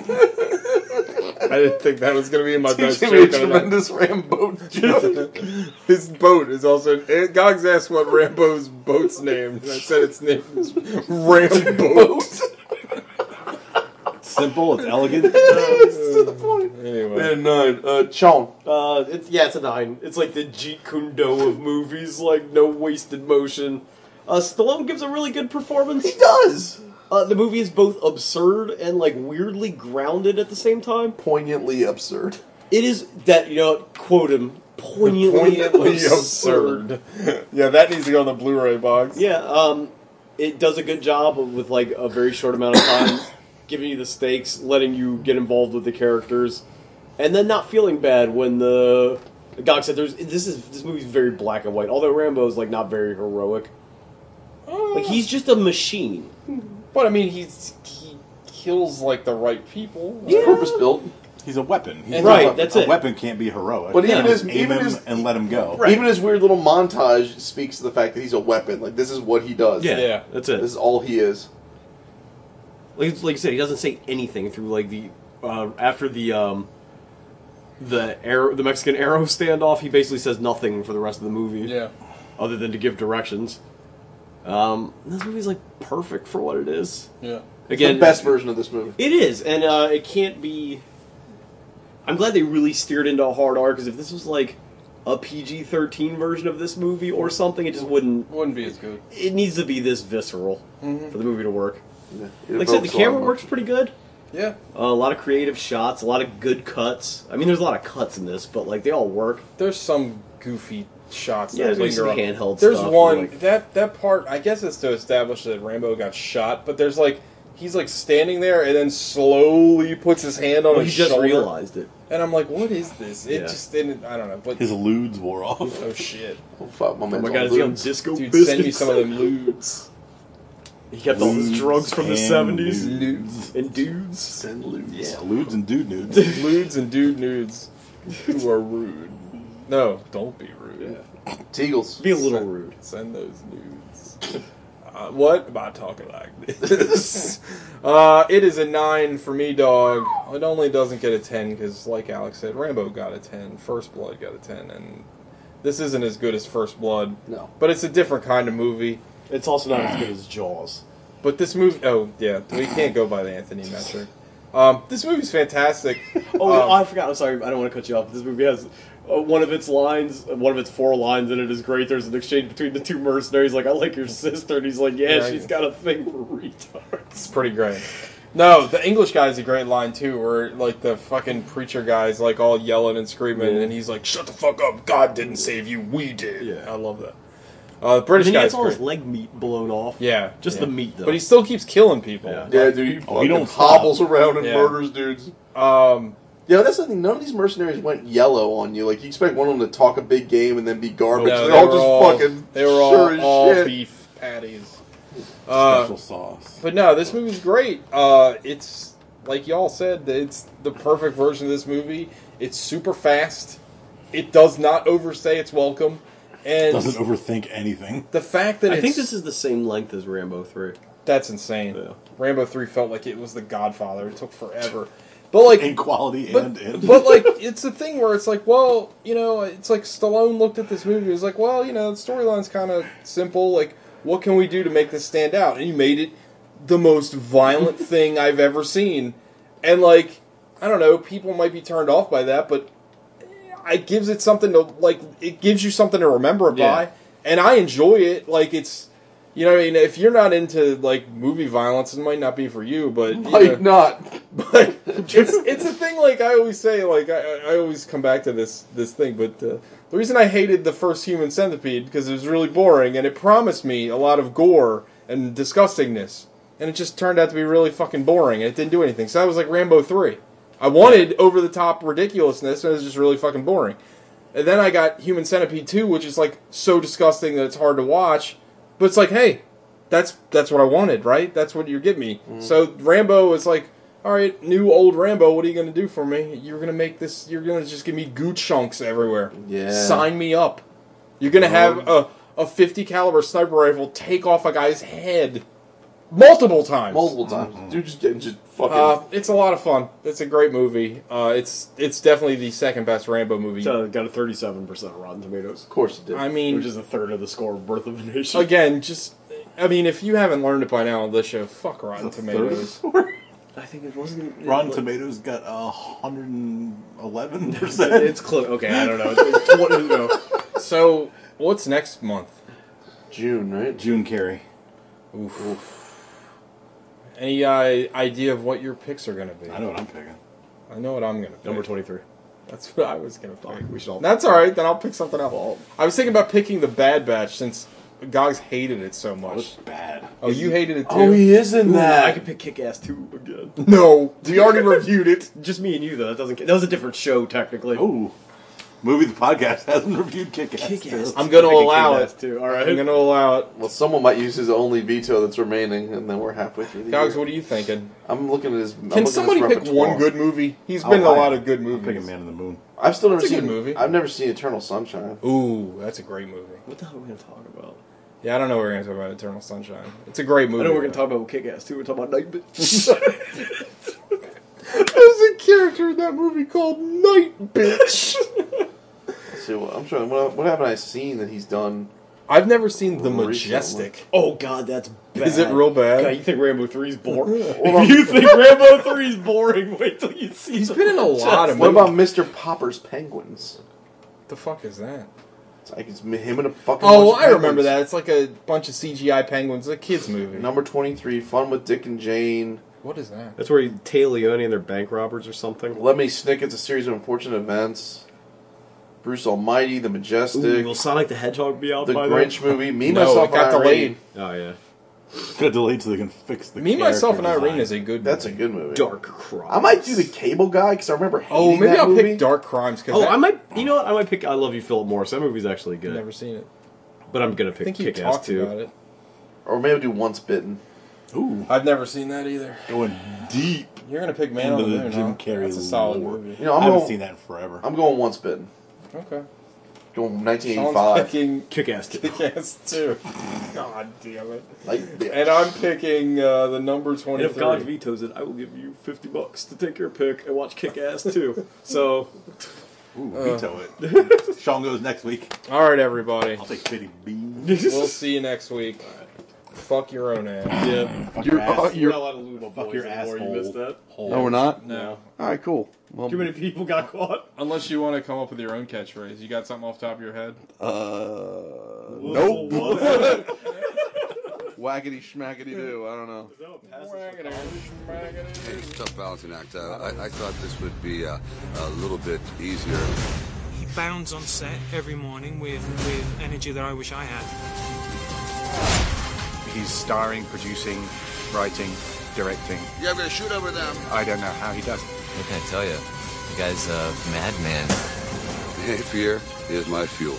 S6: I didn't think that was gonna be my
S7: He
S6: best
S7: gave me a
S6: joke. of the night.
S7: tremendous Rambo joke.
S6: His boat is also. eh, Gogs asked what Rambo's boat's named, and I said its name is Rambo.
S8: It's simple. It's elegant.
S7: It's to the point.
S6: anyway,
S7: And nine, uh, Chon.
S9: Uh, it's, yeah, it's a nine. It's like the Jeet Kune Do of movies, like no wasted motion. Uh, Stallone gives a really good performance.
S7: He does.
S9: Uh, the movie is both absurd and like weirdly grounded at the same time.
S7: Poignantly absurd.
S9: It is that you know, quote him, poignantly,
S6: poignantly
S9: absurd.
S6: absurd. yeah, that needs to go on the Blu-ray box.
S9: Yeah, um, it does a good job of- with like a very short amount of time, giving you the stakes, letting you get involved with the characters, and then not feeling bad when the Gog said there's this is this movie's very black and white. Although Rambo is like not very heroic, like
S6: Uh.
S9: he's just a machine.
S6: But I mean, he's he kills like the right people.
S7: It's purpose built.
S8: He's a weapon. He's a
S9: Right,
S8: weapon.
S9: that's
S8: a
S9: it.
S8: weapon can't be heroic.
S7: But
S8: You
S7: even
S8: just
S7: his-
S8: aim
S7: even
S8: him
S7: his-
S8: and let him go.
S7: Even his weird little montage speaks to the fact that he's a weapon. Like this is what he does.
S6: Yeah.
S9: that's it.
S7: This is all he is.
S9: like like you said, he doesn't say anything through like the uh, after the um the arrow the Mexican arrow standoff. He basically says nothing for the rest of the movie,
S6: Yeah.
S9: other than to give directions. Um, this movie's like perfect for what it is.
S6: Yeah.
S9: Again,
S7: the best version of this movie.
S9: it is, and uh, it can't be. I'm glad they really steered into a hard R because if this was like a PG-13 version of this movie or something, it just wouldn't.
S6: Wouldn't be as good.
S9: It needs to be this visceral for the movie to work.
S7: Yeah.
S9: Like I said, the camera works pretty good.
S6: Yeah.
S9: Uh, a lot of creative shots, a lot of good cuts. I mean, there's a lot of cuts in this, but like they all work.
S6: There's some goofy shots.
S9: Yeah,
S6: that
S9: there's
S6: linger
S9: some
S6: on-
S9: handheld
S6: There's
S9: stuff,
S6: one
S9: like-
S6: that that part. I guess it's to establish that Rambo got shot, but there's like he's like standing there and then slowly puts his hand on
S9: You
S6: his
S9: just
S6: shoulder,
S9: realized it.
S6: and I'm like, what is this? It
S9: Yeah.
S6: just didn't. I don't know. But
S8: His ludes wore off.
S6: oh shit,
S7: Oh, fuck, my
S9: Oh
S7: man's
S9: my
S7: all
S9: god, it's young
S7: lubed.
S9: disco
S6: dude,
S9: biscuits.
S6: send me some of them lewds.
S9: He kept all his drugs from the
S8: And
S9: seventies
S8: Nudes.
S9: and dudes.
S7: Send lubes.
S9: Yeah.
S8: Ludes and dude nudes.
S6: lewds and dude nudes who are rude. No, don't be rude.
S7: Teagles.
S9: Be a little rude.
S6: Send those nudes. Uh, what am I talking like this? uh, it is a nine for me, dog. It only doesn't get a ten because, like Alex said, Rambo got a ten, First Blood got a ten, and this isn't as good as First Blood.
S7: No.
S6: but it's a different kind of movie.
S9: It's also not as good as Jaws.
S6: But this movie, oh yeah, we can't go by the Anthony metric. Um, this movie's fantastic.
S9: Oh,
S6: Um,
S9: I forgot. I'm sorry. I don't want to cut you off. This movie has uh, one of its lines, one of its four lines, and it is great. There's an exchange between the two mercenaries. Like, I like your sister, and he's like, Yeah,
S6: Yeah, I-
S9: she's got a thing for retards.
S6: It's pretty great. No, the English guy's a great line too, where like the fucking preacher guy's like all yelling and screaming, and he's like, "Shut the fuck up! God didn't save you, we did."
S9: Yeah.
S6: I love that. Uh, the British
S9: And he
S6: guy's
S9: gets all his
S6: great.
S9: leg meat blown off.
S6: Yeah,
S9: just
S6: yeah.
S9: the meat though.
S6: but he still keeps killing people.
S9: Yeah.
S7: Yeah, dude, he
S8: Oh, he
S7: fucking
S8: don't stop.
S7: hobbles around and
S6: Yeah.
S7: murders dudes.
S6: Um,
S7: Yeah, that's the thing. None of these mercenaries went yellow on you. Like you expect one of them to talk a big game and then be garbage.
S6: no,
S7: They're
S6: they
S7: all
S6: were
S7: just
S6: all-
S7: fucking.
S6: they were all,
S7: sure as
S6: all
S7: shit.
S6: beef patties. Uh,
S8: Special sauce.
S6: But no, this movie's great. Uh, it's like y'all said, it's the perfect version of this movie. It's super fast. It does not overstay its welcome, and
S8: Doesn't overthink anything.
S6: the fact that
S9: I
S6: it's,
S9: think this is the same length as Rambo three.
S6: that's insane.
S9: Yeah.
S6: Rambo three felt like it was the Godfather. It took forever, but like
S8: In quality and
S6: but,
S8: in.
S6: but like it's a thing where it's like well you know it's like stallone looked at this movie he was like well you know the storyline's kind of simple like what can we do to make this stand out and he made it the most violent thing i've ever seen and like i don't know people might be turned off by that but it gives it something to like it gives you something to remember it
S9: Yeah.
S6: by and i enjoy it like it's you know, what I mean, if you're not into like movie violence, it might not be for you. But you know
S7: Like not.
S6: but it's it's a thing like I always say like I, I- I always come back to this this thing but uh, the reason I hated the first human centipede because it was really boring and it promised me a lot of gore and disgustingness and it just turned out to be really fucking boring and it didn't do anything so that was like Rambo 3 I wanted over the top ridiculousness and it was just really fucking boring and then I got Human Centipede 2 which is like so disgusting that it's hard to watch but it's like hey that's that's what I wanted, right? That's what you're giving me. So Rambo is like, all right, new old Rambo, what are you gonna do for me? You're gonna make this. You're gonna just give me goo chunks everywhere.
S7: Yeah.
S6: Sign me up. You're gonna have a a 50 caliber sniper rifle take off a guy's head multiple times.
S7: Multiple times. Dude just, just fucking.
S6: Mm-hmm. Uh, it's a lot of fun. It's a great movie. Uh, it's it's definitely the second best Rambo movie.
S9: So Uh, got a thirty seven percent Rotten Tomatoes,
S7: of course it did.
S6: I mean,
S9: which is a third of the score of Birth of a Nation.
S6: again, just I mean, if you haven't learned it by now on this show, fuck Rotten Tomatoes.
S9: I think it wasn't
S8: Rotten
S9: it,
S8: Tomatoes got a hundred and eleven
S9: It,
S8: percent.
S9: it's close. Okay, I don't know. It's, it's 20, no.
S6: So what's next month?
S7: June, right?
S8: June Carey.
S6: Any uh, idea of what your picks are going to be?
S8: I know what I'm picking.
S6: I know what I'm going to pick.
S9: Number twenty three.
S6: That's what I was going to pick.
S9: We should all.
S6: That's all right. Then I'll pick something else. I was thinking about picking the Bad Batch since Gogs hated it so
S8: That was
S6: much.
S8: bad.
S6: Oh, you hated it too.
S7: Oh, he is in
S9: Ooh,
S7: that.
S9: I could pick Kick Ass two again.
S6: No, we already reviewed it.
S9: Just me and you though. That doesn't. That was a different show technically.
S8: Oh, movie the podcast hasn't reviewed Kick Ass.
S9: Kick-Ass.
S6: I'm going to
S9: I could
S6: allow
S9: Kick-Ass
S6: it.
S9: too. All right.
S6: I'm going to allow it.
S7: well, someone might use his only veto that's remaining, and then we're halfway through the
S6: Gogs,
S7: year.
S6: what are you thinking?
S7: I'm looking at his. I'm looking
S6: Can
S7: at his
S6: somebody pick
S7: repertoire.
S6: one good movie? He's been in a lot of good
S8: I'm picking
S6: movies.
S8: Man in the Moon.
S7: I've still never
S6: It's a
S7: seen
S6: good movie.
S7: I've never seen Eternal Sunshine.
S6: Ooh, that's a great movie.
S9: What the hell are we gonna talk about?
S6: Yeah, I don't know what we're going to talk about Eternal Sunshine. It's a great movie.
S9: I know we're gonna
S6: though.
S9: talk about Kick Ass too. We're talking about Night Bitch.
S6: There's a character in that movie called Night Bitch.
S7: Let's see what I'm trying. What, what haven't I seen that he's done?
S6: I've never seen The
S7: Recently.
S6: Majestic.
S9: Oh God, that's bad.
S6: Is it real bad?
S9: God, you think Rambo three is boring?
S7: Hold on.
S9: you think Rambo three is boring? Wait till you see.
S6: He's
S9: the-
S6: been in a lot of
S7: What
S6: movies.
S7: about Mr. Popper's Penguins?
S6: what the fuck is that?
S7: It's like it's him and a fucking.
S6: Oh,
S7: bunch
S6: I
S7: of
S6: remember
S7: penguins.
S6: that. It's like a bunch of CGI penguins. It's a kids movie.
S7: Number twenty-three, Fun with Dick and Jane.
S6: What is that?
S9: That's where he Tay Leone and they're bank robbers or something.
S7: Lemony Snicket's A Series of Unfortunate Events. Bruce Almighty, The Majestic,
S9: Ooh, will Sonic the Hedgehog be out
S7: The
S9: by
S7: Grinch movie, Me,
S6: No,
S7: Myself,
S6: it
S7: and
S6: got
S7: Irene.
S6: delayed.
S9: then? Oh yeah.
S8: Got delayed so they can fix the.
S6: Me, myself, and
S8: character
S6: Irene is
S8: design.
S6: a good.
S7: That's a
S6: movie.
S7: good movie.
S9: Dark Cross.
S7: I might do The Cable Guy because I remember hating
S6: Oh, maybe
S7: that
S6: I'll
S7: movie.
S6: pick Dark Crimes because
S9: Oh, I might. You know what? I might pick. I love you, Philip Morris. That movie's actually good.
S6: have never seen it.
S9: But I'm gonna
S6: I
S9: pick
S6: think you
S9: Kick Ass
S6: talked about
S9: too.
S6: it.
S7: Or maybe I'll do Once Bitten.
S8: Ooh,
S6: I've never seen that either.
S8: going deep.
S6: You're gonna pick Man
S8: Into
S6: on the
S8: the
S6: Moon,
S8: Jim
S6: huh?
S8: Carrey
S6: That's a solid
S8: lore.
S6: movie.
S7: You know, I'm
S8: I haven't
S7: going,
S8: seen that in forever.
S7: I'm going Once Bitten.
S6: Okay.
S7: Going
S6: Sean's
S7: 1985.
S6: picking
S9: Kick Ass too.
S6: Kick-Ass too. God damn it.
S7: Like, yeah.
S6: And I'm picking uh, the number
S9: And
S6: twenty-three.
S9: if God vetoes it, I will give you fifty bucks to take your pick and watch Kick Ass too. so
S8: Ooh,
S9: Uh.
S8: veto it. Sean goes next week.
S6: All right, everybody.
S8: I'll take Fitty Bean.
S6: We'll see you next week. Fuck your own ass.
S9: yeah,
S8: Fuck your
S7: You're-
S8: ass.
S7: oh,
S9: you're
S7: you're-
S9: not allowed to lose my
S8: Fuck
S9: boys
S8: your
S9: anymore. You
S8: asshole.
S9: missed that.
S7: no, we're not.
S6: No.
S7: All right, cool. Well,
S9: Too many people got caught.
S6: Unless you want to come up with your own catchphrase. You got something off the top of your head?
S7: uh,
S9: Nope.
S7: waggity schmaggity do. I don't know.
S3: It's a tough balancing act. Uh, I, I thought this would be uh, a little bit easier.
S10: He bounds on set every morning with, with energy that I wish I had.
S11: He's starring, producing, writing, directing.
S3: Yeah, I'm gonna shoot over them.
S11: I don't know how he does it.
S12: What can I tell you? The guy's a madman.
S3: Fear is my fuel.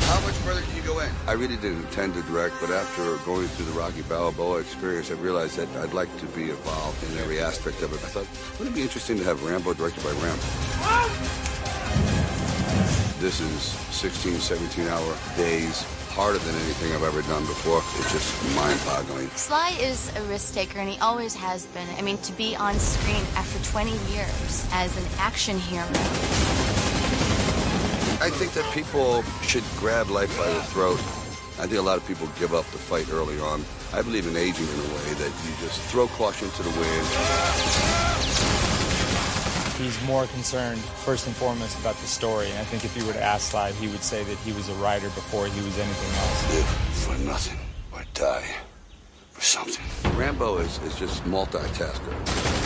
S3: How much
S13: further can you go in?
S3: I really didn't intend to direct, but after going through the Rocky Balboa experience, I realized that I'd like to be involved in every aspect of it. I thought, wouldn't it be interesting to have Rambo directed by Rambo? This is 16, 17 hour days, harder than anything I've ever done before. It's just mind boggling.
S14: Sly is a risk taker, and he always has been. I mean, to be on screen after 20 years as an action hero.
S3: I think that people should grab life by the throat. I think a lot of people give up the fight early on. I believe in aging in a way that you just throw caution to the wind.
S15: He's more concerned, first and foremost, about the story. And I think if you were to ask Sly, he would say that he was a writer before he was anything else.
S3: Live for nothing or die for something. Rambo is, is just multitasker.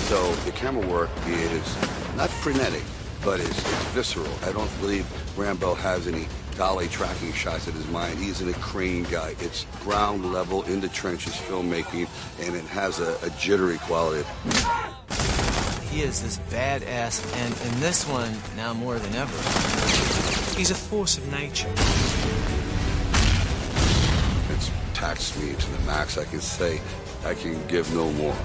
S3: So the camera work is not frenetic, but it's, it's visceral. I don't believe Rambo has any dolly tracking shots in his mind. He's an crane guy. It's ground level, in the trenches filmmaking, and it has a, a jittery quality.
S12: He is this badass, and in this one, now more than ever.
S10: He's a force of nature.
S3: It's taxed me to the max. I can say I can give no more.